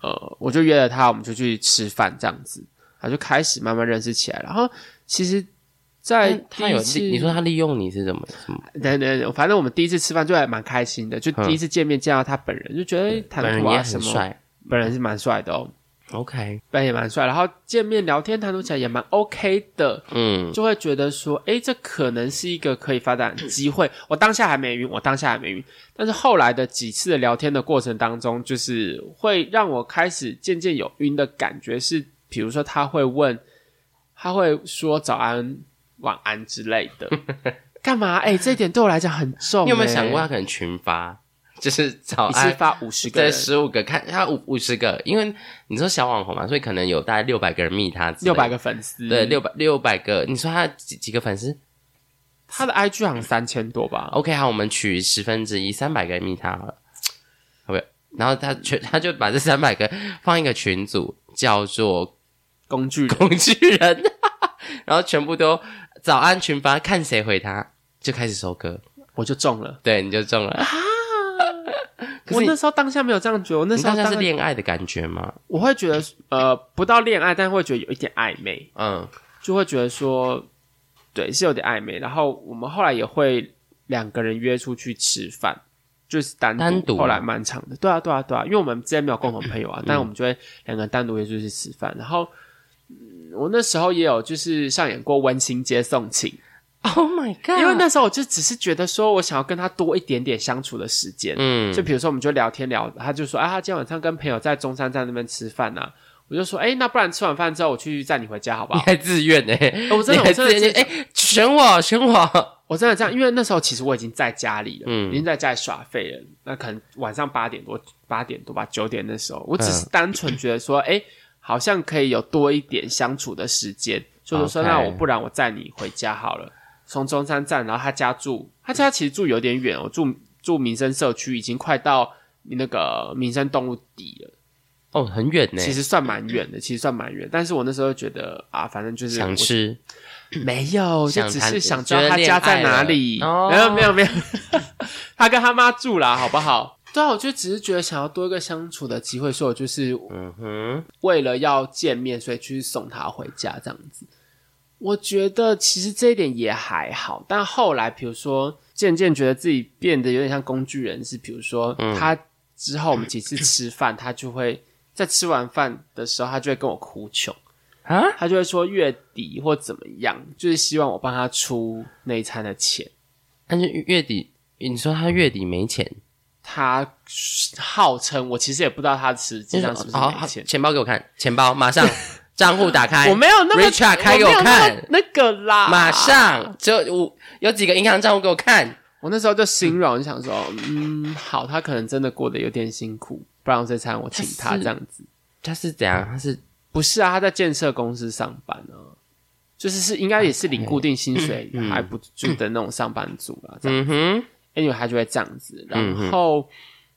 呃，我就约了他，我们就去吃饭这样子，然后就开始慢慢认识起来。然后其实，在但他有第一次利，你说他利用你是怎么什么？等等等，反正我们第一次吃饭就还蛮开心的，就第一次见面见到他本人，就觉得哎嗯本谈人吐也啊很什么，帅本人是蛮帅的哦， ，OK，本人也蛮帅。然后见面聊天谈吐起来也蛮 OK 的，嗯，就会觉得说，诶，这可能是一个可以发展的机会。我当下还没晕，我当下还没晕，但是后来的几次的聊天的过程当中，就是会让我开始渐渐有晕的感觉是，比如说他会问，他会说早安、晚安之类的，干嘛？诶，这一点对我来讲很重、你有没有诶想过他可能群发，就是早一次安。发五十个对，人？十五个看他五五十个，因为你说小网红嘛，所以可能有大概六百个人密他之类六的，百个粉丝，对，六百六百个。你说他几几个粉丝？他的 IG 好像三千多吧， OK，好，我们取十分之一，三百个密他好了，好不？然后他全 [LAUGHS] 他就把这三百个放一个群组，叫做工具人工具人，然后全部都早安群发，看谁回他，就开始收割。我就中了。对，你就中了。可我是你那时候当下没有这样觉得，我那你时候当下当是下恋爱的感觉吗？我会觉得呃，不到恋爱，但会觉得有一点暧昧，嗯，就会觉得说，对，是有点暧昧。然后我们后来也会两个人约出去吃饭，就是单独。单独嗯后来蛮长的，对啊，对啊，对啊，因为我们之间没有共同朋友啊，但我们就会两个人单独约出去吃饭。然后、嗯我那时候也有就是上演过温馨接送情， ，Oh my god！因为那时候我就只是觉得说我想要跟他多一点点相处的时间，嗯就比如说我们就聊天聊，他就说啊，他今天晚上跟朋友在中山站那边吃饭呐、我就说，哎、那不然吃完 [LAUGHS] 饭之后我去载你回家好不你好？还自愿呢、欸我真的你还我真的自愿哎、选我选我，我真的这样，因为那时候其实我已经在家里了，嗯已经在家里耍废了。那可能晚上八点多、八点多吧，九点的时候，我只嗯是单纯觉得说，哎、好像可以有多一点相处的时间，所以我说 OK 那我不然我载你回家好了。从中山站，然后他家住，他家其实住有点远，我住住民生社区，已经快到那个民生动物底了，哦，很远呢，其实算蛮远的，其实算蛮远。但是我那时候觉得啊，反正就是想我吃没有，就想只谈是想知道觉得他恋家在爱哪了里。哦没有没有没有， [LAUGHS] 他跟他妈住啦，好不好？对啊，我就只是觉得想要多一个相处的机会，所以我就是嗯哼，为了要见面，所以去送他回家这样子。我觉得其实这一点也还好，但后来比如说渐渐觉得自己变得有点像工具人，是比如说、嗯他之后我们几次吃饭，他就会在吃完饭的时候，他就会跟我哭穷。啊，他就会说月底或怎么样，就是希望我帮他出那一餐的钱。但是月底，你说他月底没钱，他号称我其实也不知道他实际上是不是好，没哦好钱，钱包给我看，钱包马 [LAUGHS] 上账户打开，我没有那么 Richard 开给我看没有那么那个啦，马。上只有五有几个银行账户给我看，我那时候就心软，我就想说，嗯，好，他可能真的过得有点辛苦，不然我这餐我请他他是这样子。他是怎样？他是不是啊，他在建设公司上班啊，就是是应该也是领固定薪水，还不住的那种上班族啊啦，这样嗯哼， anyway 他就会这样子。然后，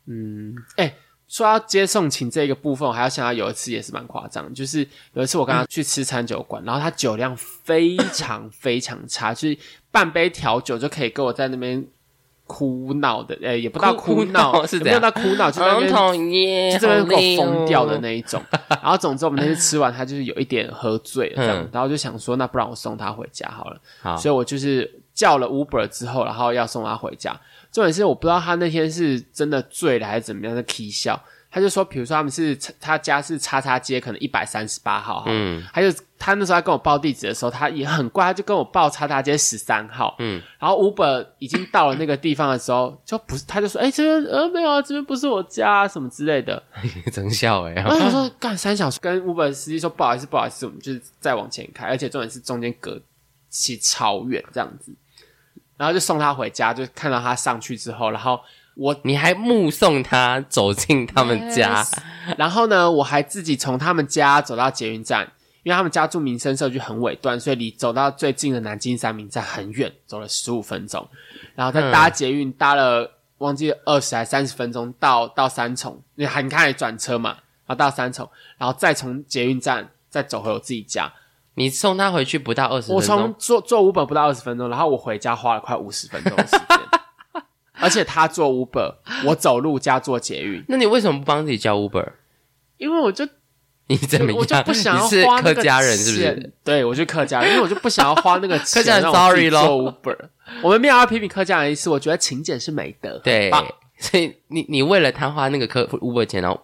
嗯，哎、说到接送情这个部分，我还要想到有一次也是蛮夸张，就是有一次我跟他去吃餐酒馆，然后他酒量非常非常差，就是半杯调酒就可以跟我在那边哭闹的，呃、也不到哭哭闹，哭闹是也怎没有样到哭闹，就在那很边讨厌，就这边好给累我哦疯掉的那一种。然后总之我们那天吃完，他就是有一点喝醉了这样，嗯然后就想说，那不然我送他回家好了。好所以我就是叫了 Uber 之后，然后要送他回家。重点是我不知道他那天是真的醉了还是怎么样的 k 笑。他就说，比如说他们是他家是叉叉街，可能一百三十八号， [LAUGHS] 嗯，他就他那时候他跟我报地址的时候，他也很怪，他就跟我报叉叉街十三号，嗯，然后 Uber 已经到了那个地方的时候，就不是他就说，哎、这边呃没有啊，这边不是我家、啊、什么之类的，真笑哎、然后我说干三小时，跟 Uber 司机说不好意思，不好意思，我们就是再往前开，而且重点是中间隔起超远这样子，然后就送他回家，就看到他上去之后，然后我你还目送他走进他们家 Yes 然后呢，我还自己从他们家走到捷运站，因为他们家住民生社区很尾段，所以离走到最近的南京三明站很远，走了十五分钟，然后再搭捷运、搭了忘记二十还三十分钟到到三重，你还你看还转车嘛，然后到三重，然后再从捷运站再走回我自己家，你送他回去不到二十我分钟从，坐坐 Uber 不到二十分钟，然后我回家花了快五十分钟的 [LAUGHS] 时间。而且他坐 Uber，我走路加坐捷运，那你为什么不帮自己叫 Uber？ [LAUGHS] 因为我就你怎么样？我就不想 [LAUGHS] 要你是花那客个家人是不是？钱？对，我是客家人，因为我就不想要花那个钱。 [LAUGHS] 客家人让我自己 sorry 咯做 Uber，我们没有要批评客家人意思，我觉得勤俭是美德。对很棒，所以你你为了他花那个客 Uber 钱，然后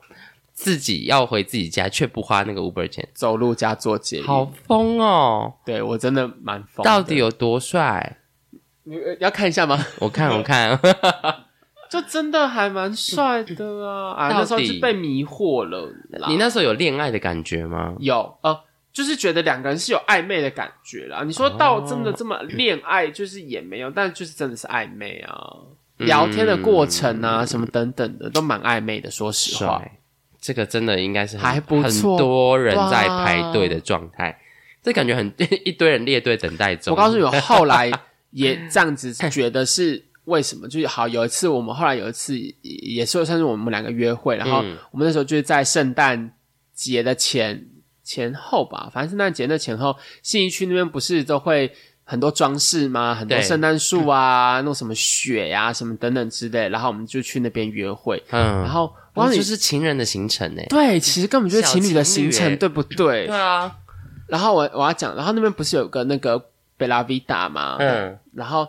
自己要回自己家，却不花那个 Uber 钱，走路加坐捷运，好疯哦！对我真的蛮疯的。到底有多帅？你呃要看一下吗？ [LAUGHS] 我看，我看，就真的还蛮帅的啊！啊，到底那时候就被迷惑了啦。你那时候有恋爱的感觉吗？有呃，就是觉得两个人是有暧昧的感觉啦。你说到真的这么恋爱，就是也没有，但就是真的是暧昧啊。聊天的过程啊，什么等等的，都蛮暧昧的。说实话，帅，这个真的应该是很还不错很多人在排队的状态，这感觉很 [LAUGHS] 一堆人列队等待中。我告诉你，我后来也这样子觉得是为什么？就是好有一次，我们后来有一次也也是算是我们两个约会，然后嗯我们那时候就是在圣诞节的前前后吧，反正圣诞节的前后，信义区那边不是都会。很多装饰吗？很多对圣诞树啊，弄什么雪呀、什么等等之类，然后我们就去那边约会。 [LAUGHS] 嗯，然然后后我告诉你，就是情人的行程欸呢。对，其实根本就是小情侣的情侣行程，欸对不对？啊，然后我我要讲，然后那边不是有个那个贝拉维达嘛，嗯，然后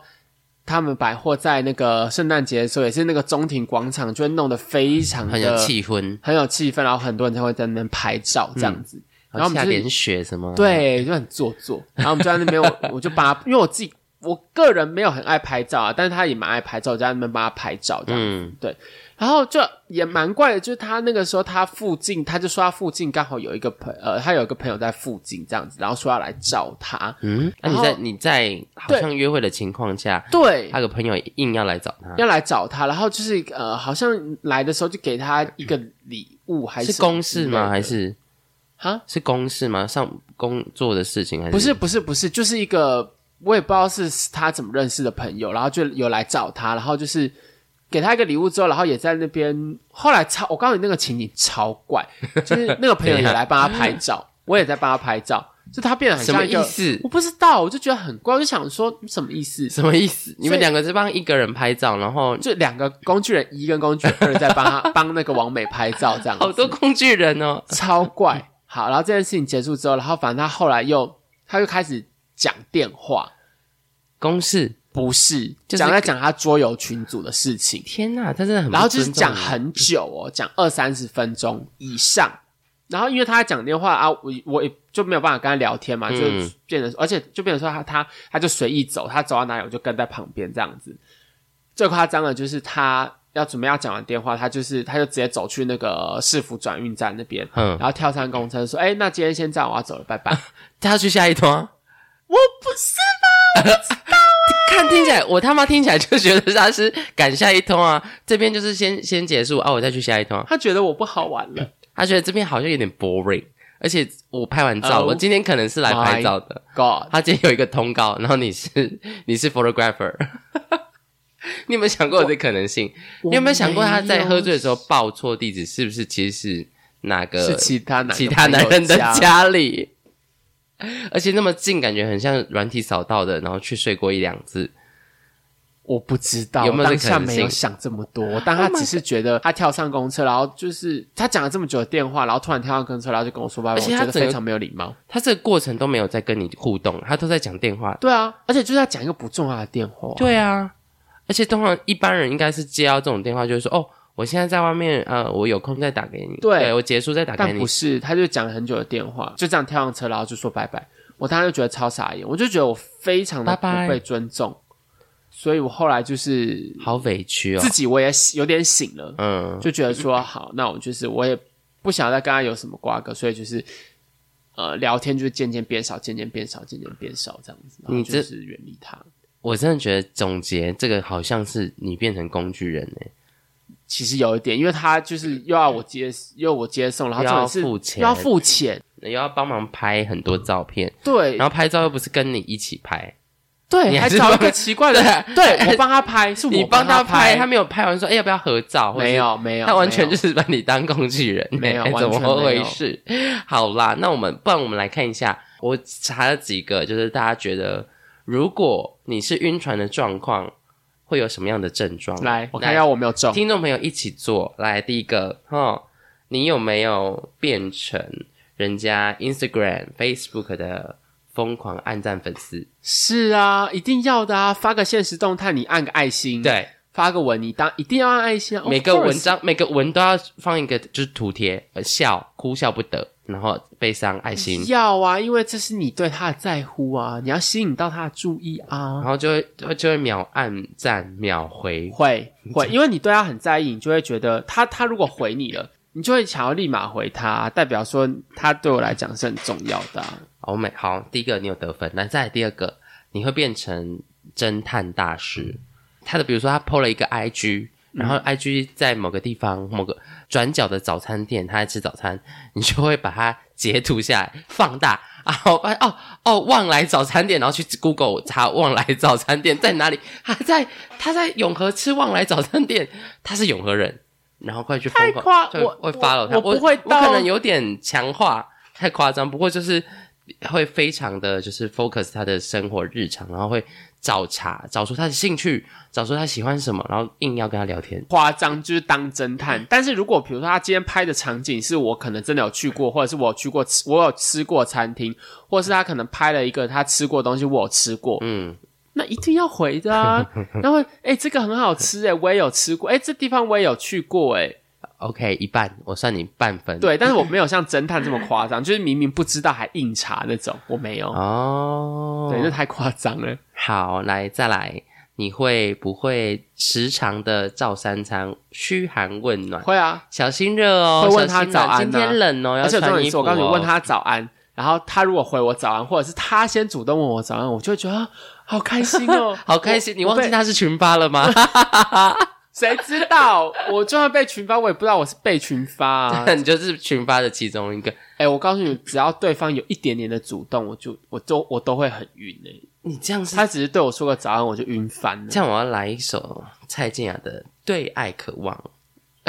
他们百货在那个圣诞节的时候，也是那个中庭广场，就会弄得非常的很有气氛，很有气氛，然后很多人才会在那边拍照这样嗯子，然后我们下就是点雪什么？， [LAUGHS] 对就很做作，然后我们就在那边，我我就把，因为我自己我个人没有很爱拍照啊，但是他也蛮爱拍照，我在那边帮他拍照这样。嗯，然后就也蛮怪的，就是他那个时候他附近，他就说他附近刚好有一个朋呃，他有一个朋友在附近这样子，然后说要来找他。嗯，那、然你后在你在好对像约会的情况下，对，他有个朋友硬要来找他，要来找他，然后就是呃，好像来的时候就给他一个礼物，还是什么公事之类吗？的还是啊？是公事吗？上工作的事情还是不是不是不是，就是一个我也不知道是他怎么认识的朋友，然后就有来找他，然后就是给他一个礼物之后，然后也在那边。后来超，我告诉你那个情景超 [LAUGHS] 怪，就是那个朋友也来帮他拍照，我也在帮他拍照，就他变得很什么像一意个，思？我不知道，我就觉得很怪，我就想说什么意思？什么意思？你们两个是帮一个人拍照，然后就两个工具人一跟工具人二在帮 [LAUGHS] 他帮那个王美拍照，这样子好多工具人哦。超怪。好，然后这件事情结束之后，然后反正他后来又他又开始讲电话，公事，不是就是讲在讲他桌游群组的事情，天哪，他真的很不尊重你，啊然后就是讲很久哦，讲二三十分钟以上。然后因为他在讲电话啊，我我也就没有办法跟他聊天嘛，就嗯变得，而且就变得说他他他就随意走，他走到哪里我就跟在旁边这样子。最夸张的就是他要准备要讲完电话，他就是他就直接走去那个市府转运站那边，嗯然，后跳上公车说：“哎、那今天先这样，我要走了，[LAUGHS] 拜拜。他要去下一通啊。”我不是看听起来，我他妈听起来就觉得他是赶下一通啊，这边就是先先结束啊，我再去下一通啊、他觉得我不好玩了，他觉得这边好像有点 boring，而且我拍完照 Oh 我今天可能是来拍照的。 God，他今天有一个通告，然后你是 [LAUGHS] 你是 photographer，你有没有想过有这可能性？你有没有想过他在喝醉的时候报错地址，是不是其实是哪个是其他男其他男人的家里，而且那么近，感觉很像软体扫到的，然后去睡过一两次。我不知道，有没有我当这下可能没性 Oh 有想这么多，我当他只是觉得他跳上公车，然后就是他讲了这么久的电话，然后突然跳上公车，然后就跟我说拜拜，而我且他觉得整个非常没有礼貌。他这个过程都没有在跟你互动，他都在讲电话。对啊，而且就是要讲一个不重要的电话，对啊，而且通常一般人应该是接到这种电话，就是说哦，我现在在外面，呃，我有空再打给你，对我结束再打给但你不。是，他就讲了很久的电话，就这样跳上车，然后就说拜拜。我当时就觉得超傻眼，我就觉得我非常拜的拜不被尊重，所以我后来就是好委屈哦自，己我也有点醒了，嗯，就觉得说好，那我就是我也不想再跟他有什么瓜葛，所以就是呃聊天就渐渐变少，渐渐变少，渐渐变少这样子，然后你这就是远离他。我真的觉得总结这个好像是你变成工具人哎、其实有一点，因为他就是又要我接，又要我接送，然后又重要点是付钱又要付钱，又要帮忙拍很多照片，对然后拍照又不是跟你一起拍，你对，还嗯还是找一 [LAUGHS] 帮个奇怪的， [LAUGHS] 对我帮他拍，是我你帮他他拍，他他没有拍完说，哎、要不要合照？或者是没有没有，他完全没就是有把你当工具人、没有哎完怎全么回事？好啦，那我们不然我们来看一下，我查了几个，就是大家觉得如果你是晕船的状况，会有什么样的症状？来，我看一下我没有中，听众朋友一起做。来，第一个哈、哦，你有没有变成人家 Instagram、Facebook 的疯狂暗赞粉丝？是啊，一定要的啊，发个现实动态，你按个爱心，，对，发个文，你当一定要按爱心啊，每个 of course 文章每个文都要放一个就是图贴，呃笑哭笑不得，然后悲伤爱心。要啊，因为这是你对他的在乎啊，你要吸引到他的注意然啊。后就会就会就会秒按赞秒回，会会，因为你对他很在意，你就会觉得他他如果回你了，你就会想要立马回他，代表说他对我来讲是很重要的啊、好美好。第一个你有得分，那再来第二个，你会变成侦探大师。他的比如说他 PO 了一个 IG，然后 IG 在某个地方某个转角的早餐店，他在吃早餐，你就会把它截图下来放大。然后发现哦哦，旺来早餐店，然后去 Google 查旺来早餐店在哪里？他在他在永和吃旺来早餐店，他是永和人，然后快去疯太夸狂，就我会 follow 他。我不会我可到能有点强化，太夸张，不过就是会非常的就是 focus 他的生活日常，然后会找茬，找出他的兴趣，找出他喜欢什么，然后硬要跟他聊天。夸张就是当侦探，但是如果比如说他今天拍的场景是我可能真的有去过，或者是我有去过吃，我有吃过餐厅，或是他可能拍了一个他吃过的东西，我有吃过，嗯，那一定要回的啊。然后，哎、这个很好吃哎、我也有吃过，哎、这地方我也有去过哎、 OK，一半，我算你半分。对，但是我没有像侦探这么夸张，就是明明不知道还硬查那种，我没有，哦，对，那太夸张了。好，来再来，你会不会时常的照三餐嘘寒问暖？会啊，小心热哦，会问他小心冷早安啊今天冷哦，要而且重穿点衣是服、哦。，我告诉你，问，他早安，然后他如果回我早安，或者是他先主动问我早安，我就会觉得啊好开心哦 [LAUGHS] 好开心，我你忘记？我被他是群发了吗？谁知道？我就算被群发，我也不知道我是被群发、 [LAUGHS] 啊。你就是群发的其中一个。哎、我告诉你，只要对方有一点点的主动，我就我都我都会很晕哎、你这样是他只是对我说个早安，我就晕翻了这。样，我要来一首蔡健雅的《对爱渴望》。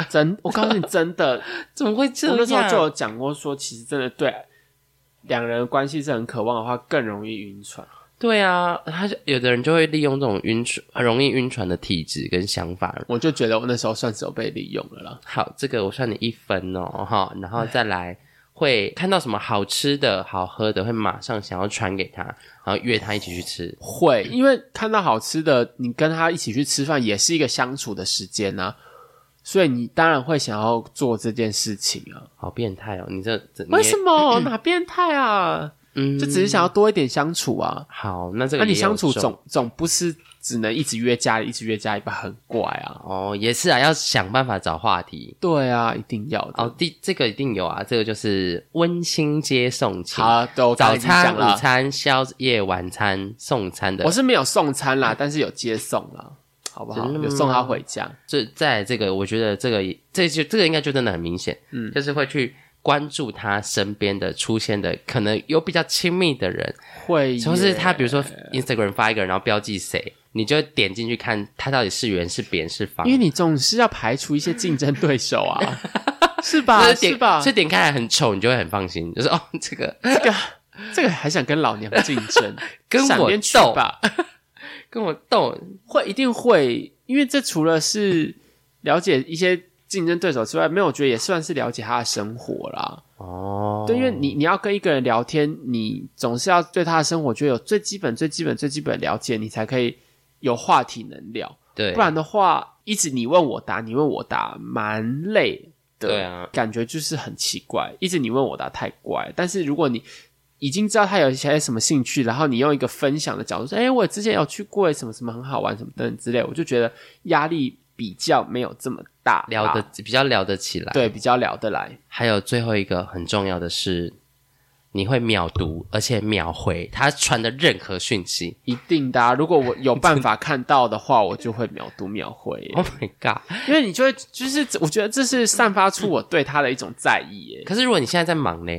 真，我告诉你，真的，怎么 [LAUGHS] 会这我样？那时候就有讲过说，其实真的对两人的关系是很渴望的话，更容易晕船。对啊，他就有的人就会利用这种晕船、很容易晕船的体质跟想法。我就觉得我那时候算是有被利用了啦。好，这个我算你一分哦，哈，然后再来会看到什么好吃的、好喝的，会马上想要传给他，然后约他一起去吃。会，因为看到好吃的，你跟他一起去吃饭也是一个相处的时间啊，所以你当然会想要做这件事情啊。好变态哦！你这这为什？么？哪变态啊？你也嗯，就只是想要多一点相处啊。好，那这那个你也有相处中总总不是只能一直约家里，一直约家里吧，很怪啊。哦，也是啊，要想办法找话题。对啊，一定要的。哦，第这个一定有啊，这个就是温馨接送情，好，对，我刚早才已经讲餐、了午，餐、宵夜、晚餐、送餐的我。是没有送餐啦，但是有接送啦，好不好？真的吗有送他回家。这在这个，我觉得这个也这就这个应该就真的很明显，嗯，就是会去关注他身边的出现的可能有比较亲密的人，会耶，或是他比如说 Instagram 发一个人，然后标记谁，你就点进去看他到底是圆是扁是方因，为你总是要排除一些竞争对 [LAUGHS] 手啊，是吧？就是点吧所？以点开来很丑，你就会很放心，就是哦这个这个这个还想跟老娘竞争， [LAUGHS] 跟闪我边去斗吧？跟我斗，会一定会，因为这除了是了解一些竞争对手之外，没有我觉得也算是了解他的生活啦。哦，对，因为你你要跟一个人聊天，你总是要对他的生活就有最基本、最基本、最基本的了解，你才可以有话题能聊。对，不然的话，一直你问我答，你问我答，蛮累的。对啊感觉就是很奇怪，一直你问我答太怪。但是如果你已经知道他有一些什么兴趣，然后你用一个分享的角度说：“哎、我之前有去过什么什么很好玩什么等等之类”，我就觉得压力比较没有这么大，聊得啊比较聊得起来，对比较聊得来。还有最后一个很重要的是，你会秒读，而且秒回他传的任何讯息。一定的、啊，如果我有办法看到的话，我就会秒读秒回 [LAUGHS] 耶， Oh my god！因为你就会就是我觉得这是散发出我对他的一种在意耶。可是如果你现在在忙呢？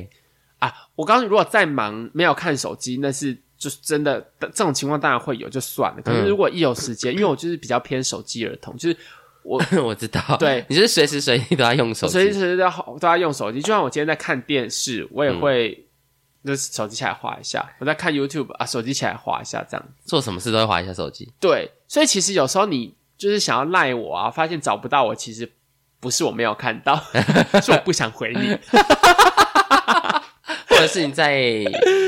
啊，我告诉你，如果再忙没有看手机，那是就是真的这种情况当然会有，就算了。可是如果一有时间，因为我就是比较偏嗯手机儿童，就是 [LAUGHS] 我知道，对你就是随时随地都要用手我随机时。随地都要都要用手机。就算我今天在看电视，我也会、就是手机起来划一下；我在看 YouTube 啊，手机起来划一下，这样做什么事都会划一下手机。对。所以其实有时候你就是想要赖我啊，发现找不到我，其实不是我没有看 [LAUGHS] 到，是我不想回你。或者是你在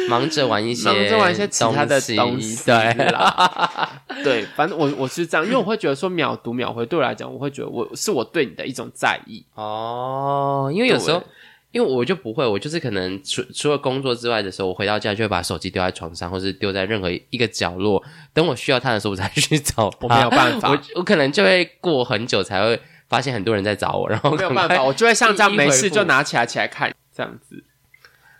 忙着玩一些 [LAUGHS] 忙着玩一些其他的东东西，对，啦， [LAUGHS] 对，反正我我是这样，因为我会觉得说秒读秒回对我来讲，我会觉得我是我对你的一种在意，哦，因为有时候，因为我就不会，我就是可能除除了工作之外的时候，我回到家就会把手机丢在床上，或是丢在任何一个角落，等我需要它的时候，我才去找它。啊我没有办法，我我可能就会过很久才会发现很多人在找我，然后 [LAUGHS] 我没有赶快办法，我就会像这样一一回没事复就拿起来起来看这样子。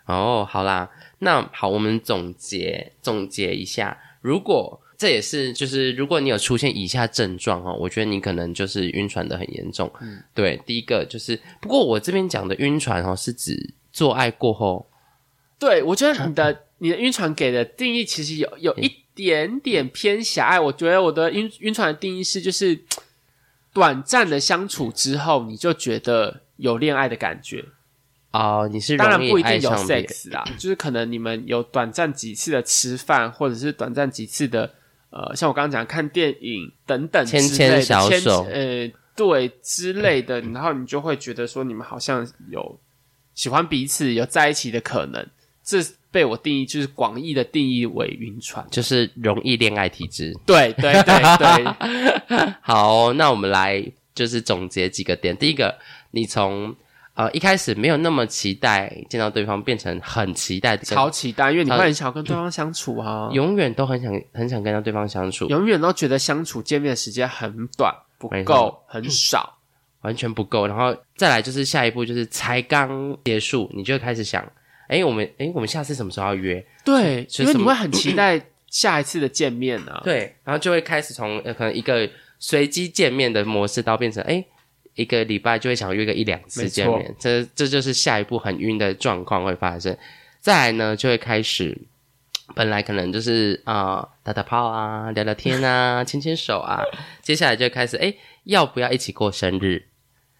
哦，好啦，那好，我们总结总结一下，如果这也是就是如果你有出现以下症状哦，我觉得你可能就是晕船的很严重。嗯对，第一个就是，不过我这边讲的晕船哦，是指做爱过后对，我觉得你的你的晕船给的定义其实有有一点点偏狭隘，我觉得我的晕晕船的定义是就是短暂的相处之后，你就觉得有恋爱的感觉。哦、你是当然容不易一爱定有上别人 sex 啦，就是可能你们有短暂几次的吃饭，或者是短暂几次的呃，像我刚刚讲看电影等等之牵类的，牵小手牵呃，对之类的，然后你就会觉得说你们好像有喜欢彼此，有在一起的可能。这被我定义就是广义的定义为晕船。就是容易恋爱体质。对对对对，好，那我们来就是总结几个点。第一个，你从呃一开始没有那么期待见到对方，变成很期待，超 [LAUGHS] 期待，因为你会很想要跟对方相处啊，永远都很想很想跟到对方相处，永远都觉得相处见面的时间很短，不没够错，很少。完全不够。然后再来就是下一步就是才刚结束，你就会开始想，哎，我们哎我们下次什么时候要约？对，是因为什你么会很期待下一次的见面啊。对，然后就会开始从呃可能一个随机见面的模式，到变成哎一个礼拜就会想约个一两次见面，这这就是下一步很晕的状况会发生。再来呢，就会开始本来可能就是啊、呃打打炮啊，聊聊天啊，牵牵手啊，接下来就开始哎要不要一起过生日？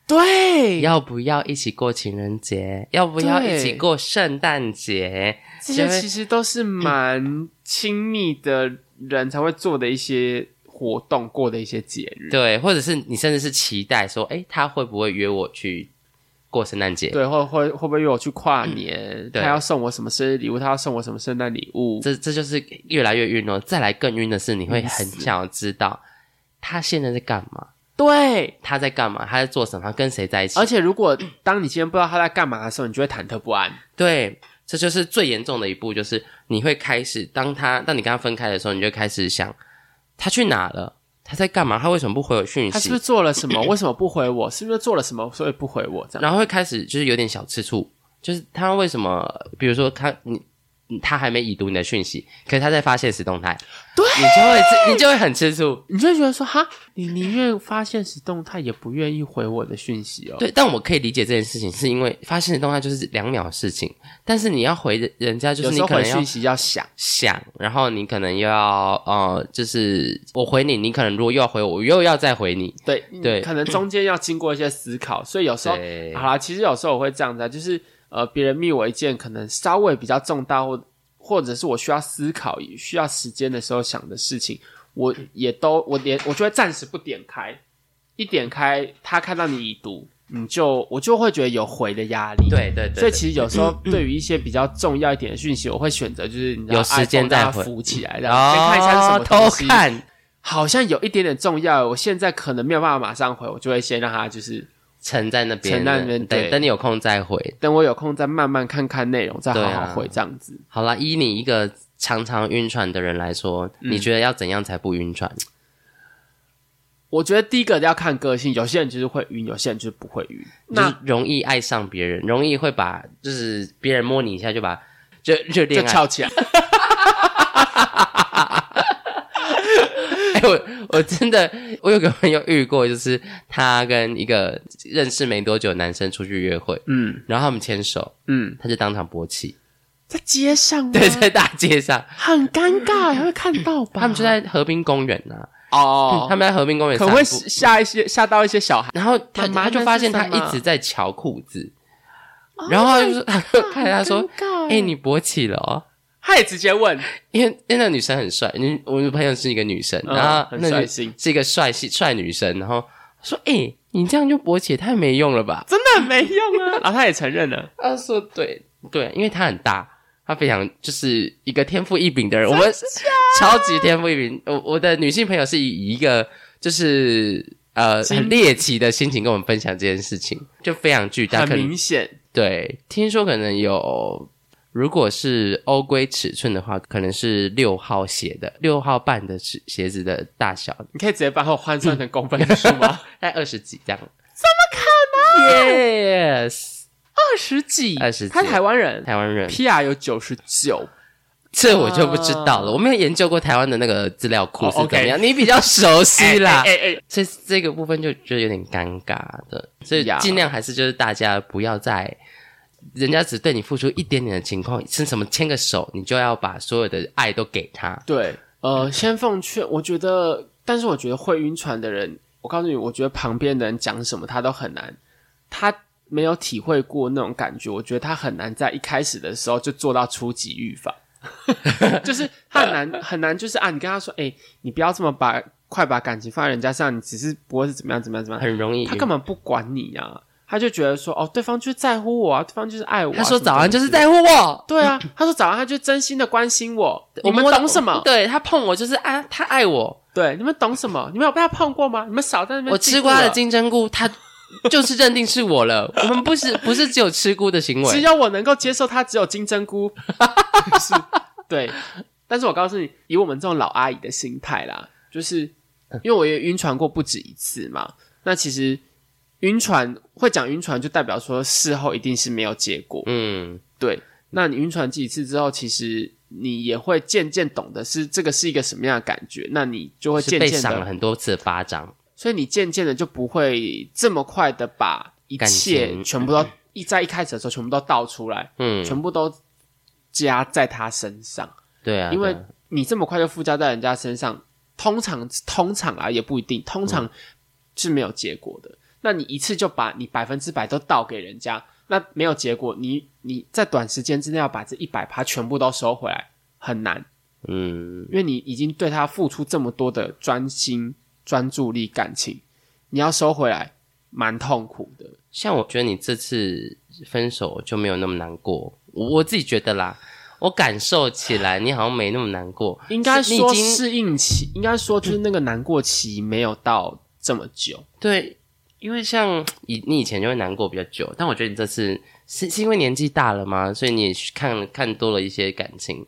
对，要不要一起过情人节？要不要一起对过圣诞节？这些就会其实都嗯是蛮亲密的人才会做的一些活动，过的一些节日。对，或者是你甚至是期待说，哎，他会不会约我去过圣诞节？对，或会会不会约我去跨年？嗯对他要送我什么生日礼物？他要送我什么圣诞礼物？这这就是越来越晕哦。再来更晕的是，你会很想要知道他现在在干嘛，对，他在干嘛，他在做什么，他跟谁在一起而。且如果当你今天不知道他在干嘛的时候，你就会忐忑不安。对，这就是最严重的一步，就是你会开始，当他当你跟他分开的时候，你就开始想他去哪了，他在干嘛，他为什么不回我讯息？他是不是做了什么？ [CLEARS THROAT] 为什么不回我？是不是做了什么所以不回我？这样然后会开始就是有点小吃醋，就是他为什么，比如说他你。他还没已读你的讯息，可是他在发现实动态，对你就会你就会很吃醋，你就会觉得说哈，你宁愿发现实动态，也不愿意回我的讯息哦。对，但我可以理解这件事情，是因为发现的动态就是两秒的事情，但是你要回人人家，就有是你时候可回能要讯息要想，想，然后你可能又要呃，就是我回你，你可能如果又要回我，我又要再回你，对对可能中间要经过一些思考，所以有时候对好啦，其实有时候我会这样子啊，就是呃，别人密我一件可能稍微比较重大或或者是我需要思考、需要时间的时候想的事情，我嗯也都我连我就会暂时不点开，一点开他看到你已读，你就我就会觉得有回的压力。对嗯对对所以其实有时候对于一些比较重要一点的讯息，我会选择就是你知道有时间 iPhone 让它再回浮起来，然然后后先看一下是什么哦偷东西。看，好像有一点点重要，我现在可能没有办法马上回，我就会先让他就是沉在那边了，沉在那边对等等你有空再回。等我有空再慢慢看看内容，再好对好啊回这样子。好啦，以你一个常常晕船的人来说，嗯你觉得要怎样才不晕船？我觉得第一个要看个性，有些人就是会晕，有些人就是不会晕。就那是容易爱上别人，容易会把就是别人摸你一下就把就就就恋爱 [LAUGHS] 翘起来， [LAUGHS] 哎、我我真的，我有个朋友遇过，就是他跟一个认识没多久的男生出去约会，嗯然后他们牵手，嗯，他就当场勃起，在街上吗对，在大街上，很尴尬，会看到吧？他们就在河滨公园呐、嗯哦，他们在河滨公园可散能步会，吓一些吓到一些小孩。然后他妈妈他就发现他那是什么哦一直在瞧裤子，然后他就说，他就看着他说，哎、哎，你勃起了哦。他也直接问，因为因为那个女生很帅，你我的朋友是一个女生，嗯然后很那率女性是一个帅气帅女生，然后说：“哎、你这样就勃起也太没用了吧？”真的很没用 [LAUGHS] 啊。然后他也承认了，他说对对，因为他很大，他非常就是一个天赋异禀的人，我们超级天赋异禀。我我的女性朋友是以一个就是呃心很猎奇的心情跟我们分享这件事情，就非常巨大。很可能明显，对，听说可能有。如果是欧规尺寸的话，可能是六号鞋的六号半的尺鞋子的大小，你可以直接把我换算成公分数吗？大概二十几这样。怎么可能？Yes，二十几， [LAUGHS] 二十几他台湾人台湾人，PR 有九十九，这我就不知道了，我没有研究过台湾的那个资料库嗯哦是怎么样，你比较熟悉啦。 [LAUGHS] 哎哎，哎所以这个部分就觉得有点尴尬的，所以呀尽量还是就是大家不要在人家只对你付出一点点的情况，是什么牵个手，你就要把所有的爱都给他。对，呃，先奉劝，我觉得，但是我觉得会晕船的人，我告诉你，我觉得旁边的人讲什么他都很难，他没有体会过那种感觉，我觉得他很难在一开始的时候就做到初级预防， [LAUGHS] 就是他很难很难，就是啊，你跟他说，哎、你不要这么把快把感情放在人家上，你只是不会是怎么样怎么样怎么样，很容易晕。他根本不管你啊。他就觉得说，哦，对方就是在乎我啊，对方就是爱我啊、他说什么早安之就类的是在乎我，对啊，他说早上他就真心的关心我，你们摸到懂什么？对他碰我就是啊，他爱我。对，你们懂什么？你们有被他碰过吗？你们少在那边我嫉妒吃过他的了金针菇，他就是认定是我了。我们不是不是只有吃菇的行 [LAUGHS] 只为，要我能够接受它只有金针菇， [LAUGHS] 是，对。但是我告诉你，以我们这种老阿姨的心态啦，就是因为我也晕船过不止一次嘛。那其实晕船会讲晕船，就代表说事后一定是没有结果。嗯，对，那你晕船几次之后，其实你也会渐渐懂得是这个是一个什么样的感觉，那你就会是渐被渐赏了的，很多次的巴掌。所以你渐渐的就不会这么快的把一感切情全部都一在一开始的时候全部都倒出来，嗯，全部都加在他身上，对啊，因为对啊你这么快就附加在人家身上，通常通常啊也不一定，通常是没有结果的。那你一次就把你百分之百都倒给人家，那没有结果，你你在短时间之内要把这一百趴全部都收回来很难，嗯，因为你已经对他付出这么多的专心、专注力、感情，你要收回来蛮痛苦的。像我觉得你这次分手就没有那么难过，我我自己觉得啦，我感受起来你好像没那么难过， [SIGHS] 应该是你已说经适应期，应该说就是那个难过期没有到这么久。对，因为像以你以前就会难过比较久，但我觉得你这次是是因为年纪大了吗？所以你也看看多了一些感情，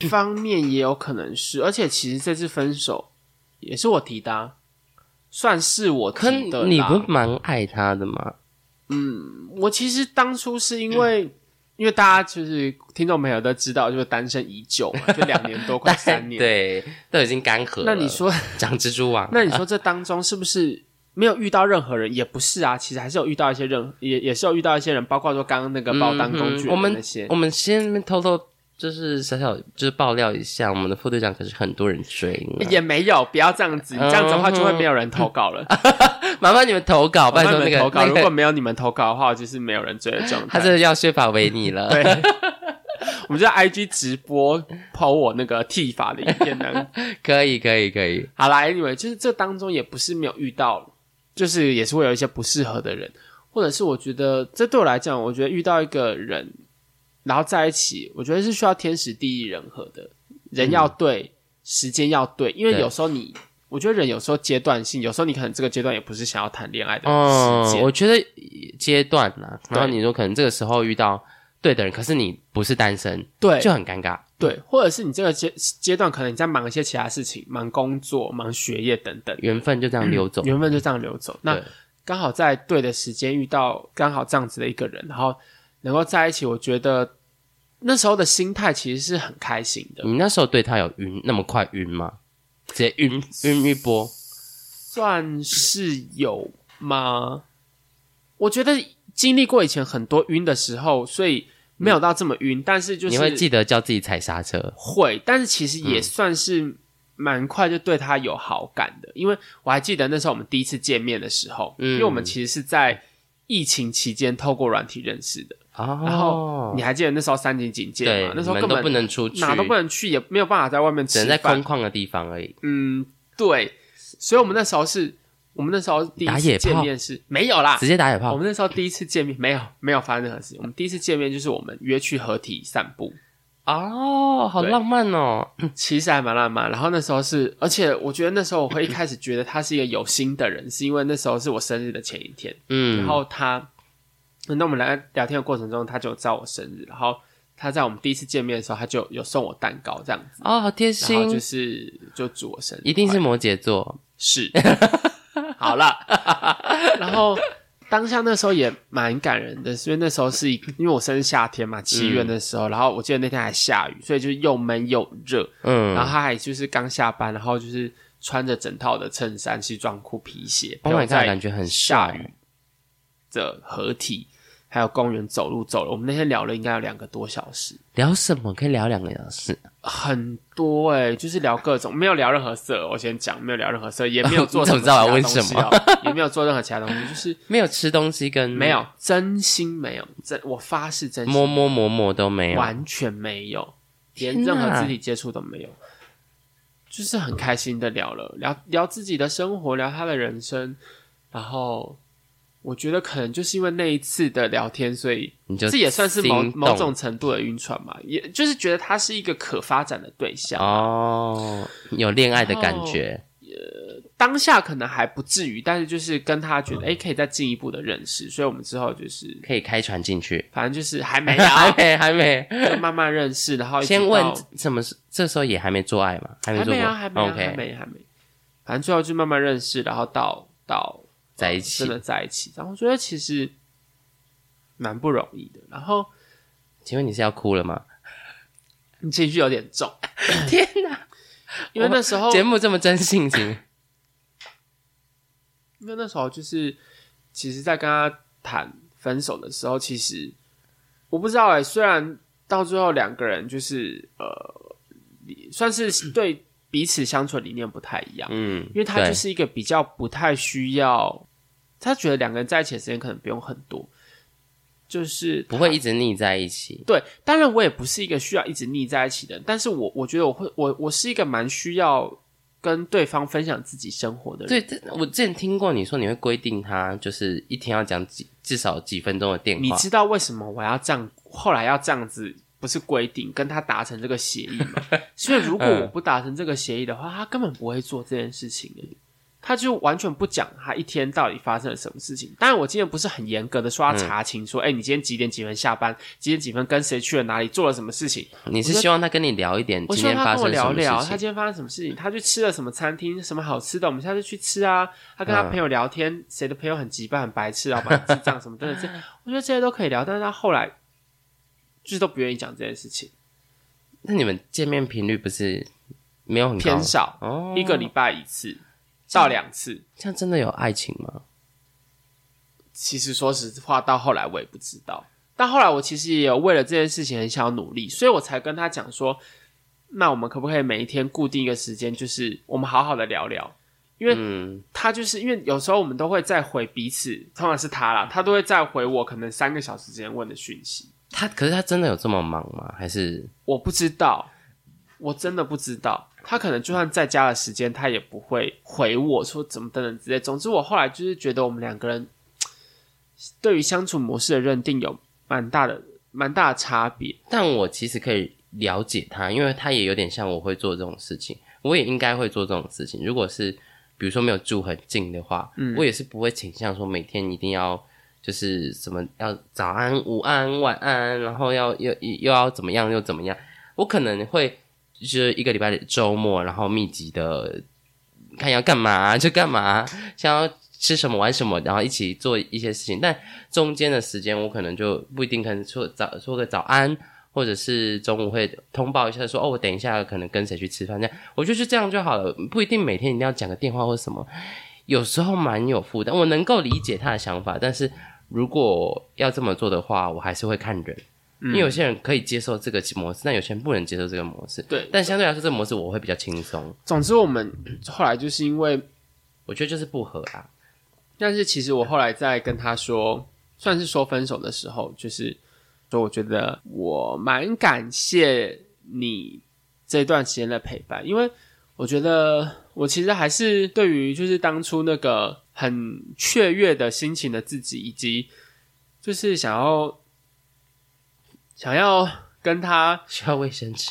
嗯方面也有可能是，而且其实这次分手也是我提的啊、算是我可提的啦。你不是蛮爱他的吗？我其实当初是因为，嗯因为大家就是听众朋友都知道，就是单身已久嘛，就两年 [LAUGHS] 多快三年。，对，都已经干涸了。那你说，长蜘蛛网？那你说这当中是不是没有遇到任何人？也不是啊，其实还是有遇到一些人，也也是有遇到一些人，包括说刚刚那个爆单工具嗯哼我人们那些。我们先偷偷就是小小就是爆料一下，我们的副队长可是很多人追呢，也没有，不要这样嗯子，你这样子的话就会没有人投稿了。麻烦你们投稿， [LAUGHS] 拜麻托那烦你个们投稿，那如个果没有你们投稿的话，就是没有人追的状态。他真的要削发为你了。对， [LAUGHS] 我们就在 IG 直播抛我那个剃发的影片呢。可以，可以，可以。好啦，anyway，就是这当中也不是没有遇到，就是也是会有一些不适合的人，或者是我觉得这对我来讲，我觉得遇到一个人，然后在一起，我觉得是需要天时地利人和的，人要对，时间要对，因为嗯对有时候你。我觉得人有时候阶段性，有时候你可能这个阶段也不是想要谈恋爱的时嗯，间，我觉得阶段啦，然后对你说可能这个时候遇到对的人，可是你不是单身，对，就很尴尬。对，或者是你这个阶阶段，可能你在忙一些其他事情，忙工作、忙学业等等，缘分就这样溜走。嗯缘分就这样流走。那对刚好在对的时间遇到刚好这样子的一个人，然后能够在一起，我觉得那时候的心态其实是很开心的，你那时候对他有晕那么快晕吗？直接晕晕一波，算是有吗？我觉得经历过以前很多晕的时候，所以没有到这么晕，但是就是嗯你会记得嗯叫自己踩刹车。会，但是其实也算是蛮快就对他有好感的，因为我还记得那时候我们第一次见面的时候，嗯因为我们其实是在疫情期间透过软体认识的。然后哦你，还记得那时候三级警戒对吗？，那时候你根们都本不能出去，哪都不能去，也没有办法在外面只吃能在空饭。旷的地方而已。嗯，对，所以我们那时候是，我们那时候第一打次野炮见面是没有啦直，接打野啊我炮，们那时候第一次见面没有没有发生任何事情。我们第一次见面就是我们约去合体散步，哦，好浪漫哦！其实还蛮浪漫。然后那时候是，而且我觉得那时候我会一开始觉得他是一个有心的人，是因为那时候是我生日的前一天，嗯，然后他，那我们聊聊天的过程中，他就知道我生日，然后他在我们第一次见面的时候，他就有送我蛋糕这样子，哦，好贴然后心，就是就祝我生日快乐，一定是摩羯座， [LAUGHS] 是，好了， [LAUGHS] 然后当下那时候也蛮感人的，因为那时候是一因为我生日夏天嗯嘛，七月的时候，然后我记得那天还下雨，所以就是又闷又热，然嗯后他还就是刚下班，然后就是穿着整套的衬衫、西装裤、皮鞋， ，Oh my 然后 god，在感觉很下帅雨的合体，还有公园走路走了。我们那天聊了应该有两个多小时，聊什么可以聊两个小时？很多哎、就是聊各种，没有聊任何色，我先讲，没有聊任何色，也没有做哦你怎么么知道我要问其他东西什么哦也没有做任何其他东西，就是没有吃东西跟没有真心没有，真我发誓真心摸摸摸摸都没有。完全没有，连天任何哪肢体接触都没有，就是很开心的聊了，聊聊自己的生活，聊他的人生，然后我觉得可能就是因为那一次的聊天，所以你就这也算是某心动某种程度的晕船嘛，也就是觉得他哦是一个可发展的对象，哦，有恋爱的感觉，当下可能还不至于，但是就是跟他哦觉得哎、诶可以再进一步的认识，所以我们之后就是可以开船进去。反正就是还 [LAUGHS] 没还啊，没，还没。就慢慢认识，然后一直先问到什么时？这时候也还没做爱嘛？还没还做没过？啊，还没、啊，还 OK，没，还没。反正最后就慢慢认识，然后到到在一起真的在一起。然后我觉得其实蛮不容易的。然后请问你是要哭了吗？你情绪有点重，天哪！因为那时 [LAUGHS] 候，节目这么真性情，哦因为那时候就是，其实，在跟他谈分手的时候，其实我不知道哎、虽然到最后两个人就是呃，理算 [CLEARS THROAT] 是对彼此相处的理念不太一样，嗯，因为他就对是一个比较不太需要，他觉得两个人在一起的时间可能不用很多，就是不会一直腻在一起。对，当然我也不是一个需要一直腻在一起的人，但是我我觉得我会我我是一个蛮需要跟对方分享自己生活的人。对，这我之前听过你说你会规定他，就是一天要讲几至少几分钟的电你话。知道为什么我要这样，后来要这样子，不是规定跟他达成这个协议 [LAUGHS] 吗？所以如果我不达成这个协议的话，他根本不会做这件事情的。他就完全不讲他一天到底发生了什么事情。当然，我今天不是很严格的说要嗯查清，说，哎、你今天几点几分下班，几点几分跟谁去了哪里，做了什么事情。你是希望他跟你聊一点我今希望天他发跟我生什聊么聊，事他情？今天发生什么事情，他去吃了什么餐厅，什么好吃的，我们下次去吃啊。他跟他嗯朋友聊天，谁的朋友很急败、很白痴，老板很智障什 [LAUGHS] 么等等，这我觉得这些都可以聊。但是他后来就是都不愿意讲这件事情，那你们见面频率不是没有很高偏少，哦？一个礼拜一次到两次。这样真的有爱情吗？其实说实话，到后来我也不知道。但后来我其实也有为了这件事情很想要努力，所以我才跟他讲说，那我们可不可以每一天固定一个时间，就是我们好好的聊聊，因为嗯，他就是因为有时候我们都会再回彼此，通常是他啦，他都会再回我可能三个小时之前问的讯息。他可是他真的有这么忙吗？还是我不知道，我真的不知道。他可能就算在家的时间，他也不会回我说怎么等等之类。总之，我后来就是觉得我们两个人对于相处模式的认定有蛮大的蛮大的差别。但我其实可以了解他，因为他也有点像我会做这种事情，我也应该会做这种事情。如果是比如说没有住很近的话，我也是不会倾向说每天一定要就是什么要早安、午安、晚安，然后要又又要怎么样又怎么样。我可能会就是一个礼拜的周末，然后密集的看要干嘛就干嘛，想要吃什么玩什么，然后一起做一些事情。但中间的时间，我可能就不一定可能说早说个早安，或者是中午会通报一下说哦，我等一下可能跟谁去吃饭这样，我觉得就这样就好了，不一定每天一定要讲个电话或什么。有时候蛮有负担，我能够理解他的想法，但是如果要这么做的话，我还是会看人，嗯因为有些人可以接受这个模式，但有些人不能接受这个模式。对但相对来说，这个模式我会比较轻松。总之，我们后来就是因为我觉得就是不合啊啦。但是其实我后来在跟他说，算是说分手的时候，就是说我觉得我蛮感谢你这段时间的陪伴，因为我觉得我其实还是对于就是当初那个很雀跃的心情的自己，以及就是想要想要跟他需要卫生纸，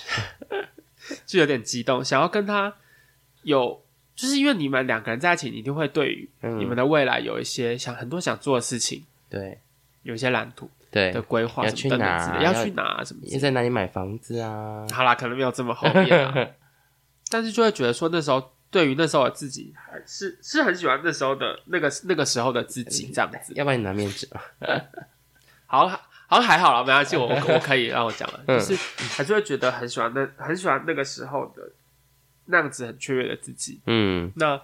就有点激动，想要跟他有，就是因为你们两个人在一起，你一定会对于嗯 [LAUGHS] 你们的未来有一些想很多想做的事情，对有一些蓝图对的，规划要去什么等等哪之类，要去哪啊什么之也类。在哪里买房子啊？好啦，可能没有这么后 [LAUGHS] 面啊，但是就会觉得说那时候对于那时候的自己，还是是很喜欢那时候的那个那个时候的自己这样子。要不然你拿面纸吧。啊好，好像还好啦，没关系， [LAUGHS] 我我我可以让我讲了，嗯就是还是会觉得很喜欢那很喜欢那个时候的那样子很雀跃的自己。嗯，那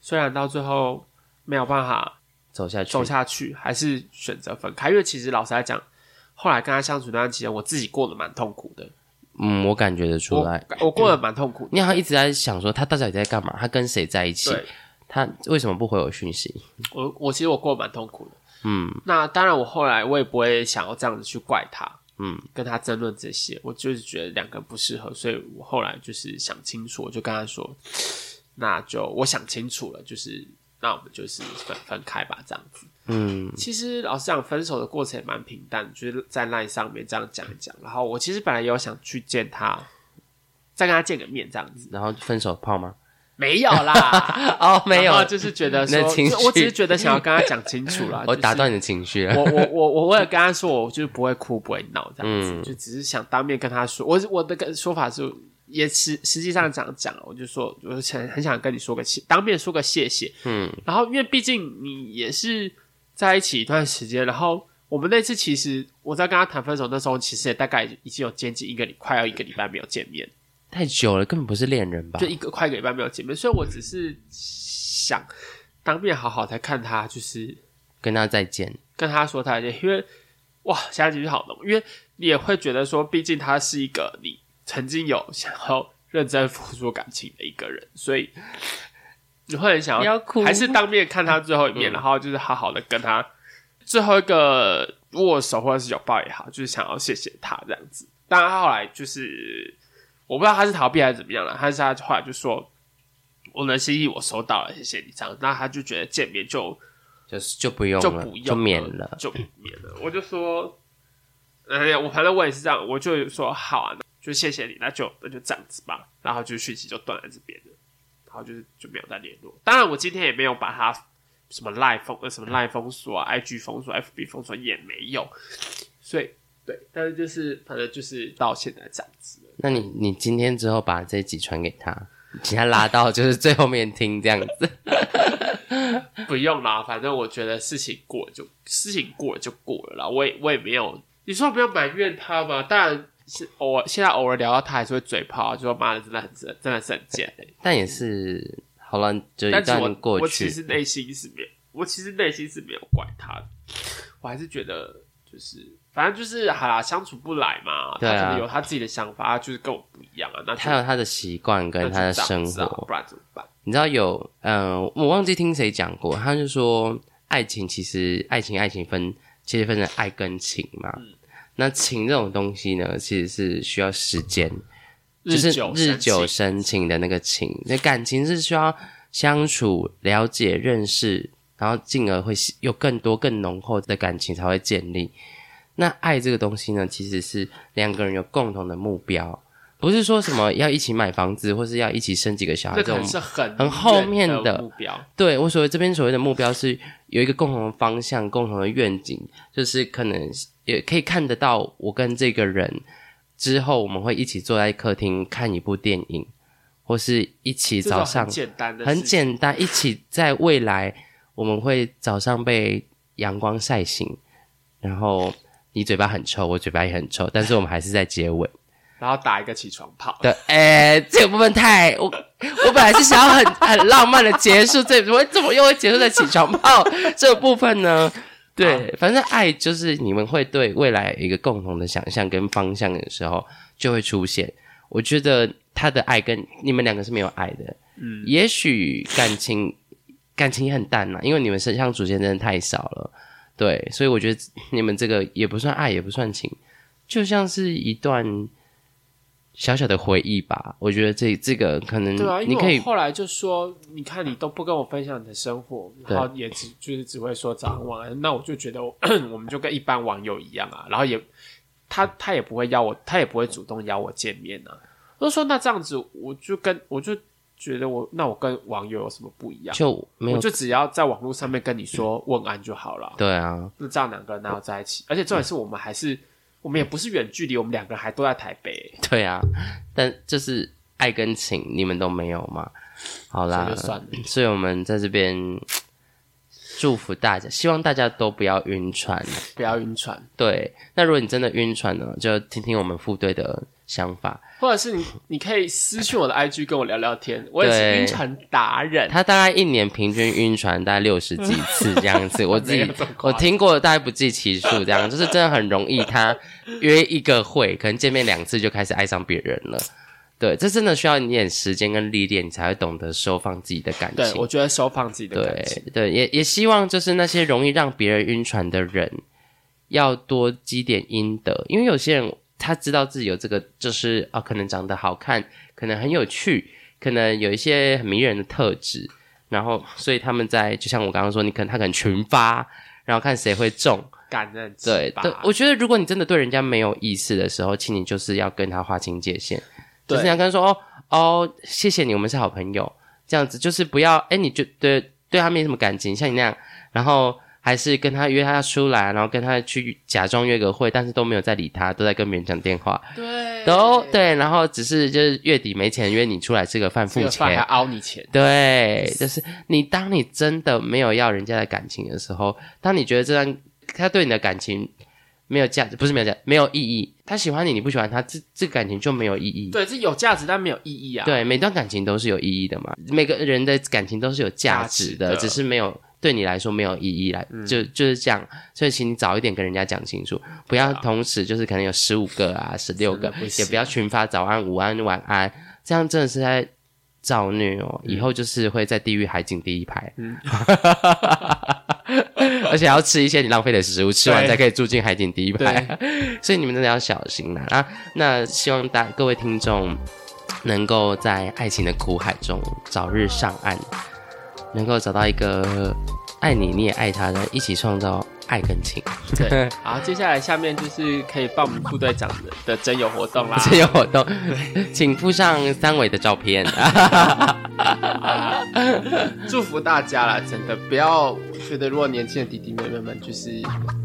虽然到最后没有办法走下去，走下去，还是选择分开，因为其实老实来讲，后来跟他相处那段期间，我自己过得蛮痛苦的，嗯，我感觉得出我来。我过得蛮痛苦的。你好像一直在想说他到底在干嘛，他跟谁在一起，对他为什么不回我讯息？我，我其实我过得蛮痛苦的。嗯，那当然，我后来我也不会想要这样子去怪他，嗯，跟他争论这些，我就是觉得两个人不适合，所以我后来就是想清楚，我就跟他说，那就我想清楚了，就是那我们就是分分开吧，这样子。嗯，其实老实讲，分手的过程也蛮平淡，就是在那上面这样讲一讲。然后我其实本来也有想去见他，再跟他见个面这样子，然后分手炮吗？没有啦， [LAUGHS] 哦，没有然后，就是觉得说，那情绪我只是觉得想要跟他讲清楚啦 [LAUGHS] 。我打断你的情绪啊我了。我我我为了跟他说，我就是不会哭不会闹这样子，嗯就只是想当面跟他说。我我的跟说法是，也实实际上讲讲，我就说，我想很想跟你说个谢，当面说个谢谢。嗯，然后因为毕竟你也是在一起一段时间，然后我们那次其实我在跟他谈分手那时候，其实也大概已经有接近一个礼快要一个礼拜没有见面，太久了，根本不是恋人吧就？一个快一个礼拜没有见面，所以我只是想当面好好再看他，就是跟他再见，跟他说再见，因为哇，下情绪好浓，因为你也会觉得说，毕竟他是一个你曾经有想要认真付出感情的一个人，所以你会很想不要哭还是当面看他最后一 [LAUGHS] 面，然后就是好好的跟他最后一个握手或者是拥抱也好，就是想要谢谢他这样子。当然，他后来就是我不知道他是逃避还是怎么样了，但是他后来就说。我的心意我收到了，谢谢你这样。那他就觉得见面就就是就不用就了，不用就免了。就免了。我就说，哎呀，我反正我也是这样，我就说好啊，那就谢谢你，那就那就这样子吧。然后就讯息就断在这边了，然后就是就没有再联络。当然，我今天也没有把他什嗯么赖封呃什么赖封锁啊、IG 封锁、FB 封锁也没有，所以对，但是就是反正就是到现在这样子了。那你你今天之后把这一集传给他，请他拉到就是最后面听这样子。 [LAUGHS] 不用啦，反正我觉得事情过了就事情过了就过了啦。我也我也没有，你说不要埋怨他吗？当然是偶尔，现在偶尔聊到他还是会嘴炮，啊就说妈的真的很真真的是很贱、欸。但也是好了，就一但是段我过我其去，实内心是没有，我其实内心是没有怪他的，我还是觉得就是反正就是好啦，相处不来嘛，对啊他可能有他自己的想法，他就是跟我不一样啊，那就他有他的习惯那跟就他的这生样子啊活。不然怎么办？你知道有，嗯、我忘记听谁讲过，他就说，爱情其实爱情爱情分，其实分成爱跟情嘛。嗯那情这种东西呢，其实是需要时间，就是久日日久生情的那个情。那感情是需要相处、了解、认识，然后进而会有更多更浓厚的感情才会建立。那爱这个东西呢，其实是两个人有共同的目标，不是说什么要一起买房子，或是要一起生几个小孩这这可种能是很很后面远的的目标，对我所谓这边所谓的目标是有一个共同的方向、共同的愿景，就是可能也可以看得到我跟这个人之后，我们会一起坐在客厅看一部电影，或是一起这种早很上简单的很事情简单，一起在未来我们会早上被阳光晒醒，然后你嘴巴很臭，我嘴巴也很臭，但是我们还是在接吻。然后打一个起床炮。对，哎、这个部分太我我本来是想要很很浪漫的结束，这怎么怎么又会结束在起床泡这个部分呢？对，反正爱就是你们会对未来有一个共同的想象跟方向的时候就会出现。我觉得他的爱跟你们两个是没有爱的，嗯，也许感情感情也很淡啦，因为你们身上主线真的太少了，对，所以我觉得你们这个也不算爱，也不算情，就像是一段小小的回忆吧。我觉得这这个可能对啊，因你可为以我后来就说，你看你都不跟我分享你的生活，对然后也只就是只会说早安晚安，那我就觉得我 [CLEARS THROAT] 我们就跟一般网友一样啊，然后也他他也不会邀我，他也不会主动邀我见面啊。我就说那这样子，我就跟我就觉得我那我跟网友有什么不一样？就没我有就只要在网络上面跟你说问安就好了。对啊， [LAUGHS] 那这样两个人哪有在一起？而且重点是我们还是我们也不是远距离，我们两个人还都在台北、对啊，但就是爱跟情你们都没有嘛。好啦所以就算了，所以我们在这边祝福大家，希望大家都不要晕船。不要晕船。对，那如果你真的晕船呢，就听听我们副队的想法。或者是你，你可以私信我的 IG 跟我聊聊天，我也是对晕船达人。他大概一年平均晕船大概六十几次这样 [LAUGHS] 子，我自没己有这么夸我听过大概不计其数，这样就是真的很容易。他约一个会，可能见面两次就开始爱上别人了。对，这真的需要一点时间跟历练，你才会懂得收放自己的感对，情我。觉得收放自己的感情，对对，也也希望就是那些容易让别人晕船的人，要多积点阴德，因为有些人他知道自己有这个，就是啊，可能长得好看，可能很有趣，可能有一些很迷人的特质，然后所以他们在就像我刚刚说，你可能他可能群发，然后看谁会中。感人之对吧？对，我觉得如果你真的对人家没有意思的时候，请你就是要跟他划清界限，就是对你要跟他说哦哦，谢谢你，我们是好朋友。这样子，就是不要哎，你就对对他没什么感情，像你那样，然后还是跟他约他出来，然后跟他去假装约个会，但是都没有在理他，都在跟别人讲电话，对都对，然后只是就是月底没钱约你出来吃个饭这付个饭还啊钱，凹你钱，对，就是你当你真的没有要人家的感情的时候，当你觉得这段他对你的感情没有价值，不是没有价，没有意义，他喜欢你，你不喜欢他，这这个感情就没有意义。对，这有价值但没有意义啊。，对，每段感情都是有意义的嘛，每个人的感情都是有价值价值的嗯的，只是没有对你来说没有意义来，就就是这样。所以，请你早一点跟人家讲清楚，不要同时就是可能有十五个啊、十六真个的不，行也不要群发早安、午安、晚安，这样真的是在造虐哦。嗯以后就是会在地狱海景第一排， [LAUGHS] 而且要吃一些你浪费的食物，吃完对才可以住进海景第一排。 [LAUGHS] 所以你们真的要小心啦啊！那希望大各位听众能够在爱情的苦海中早日上岸，能够找到一个爱你你也爱他的，一起创造爱跟情。啊对，好，接下来下面就是可以报名副队长的的征友活动啦。 [LAUGHS] 这有活动，请附上三维的照片。祝福大家啦，真的不要我觉得，如果年轻的弟弟妹妹们就是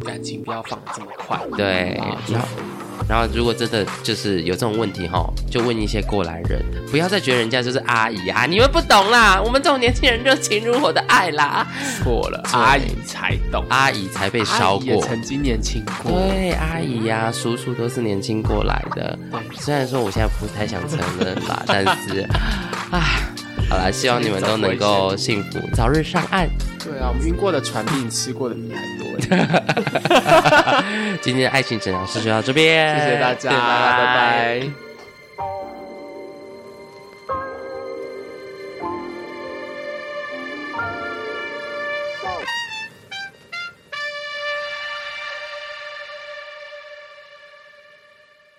感情不要放得这么快，啊对好，然后。然 [LAUGHS] 后，啊如果真的就是有这种问题哈，就问一些过来人，不要再觉得人家就是阿姨啊，你们不懂啦，我们这种年轻人热情如火的爱啦，错了，错阿姨才懂，阿姨才被烧阿姨也过，曾经年轻过，对，阿姨呀、叔叔都是年轻过来的。虽然说我现在不太想承认吧， [LAUGHS] 但是，啊，好啦，希望你们都能够幸福，早日上岸。 [LAUGHS] 对啊，我们晕过的船比你吃过的米还多耶。今天的爱情诊疗室就到这边，谢谢大家，对拜拜。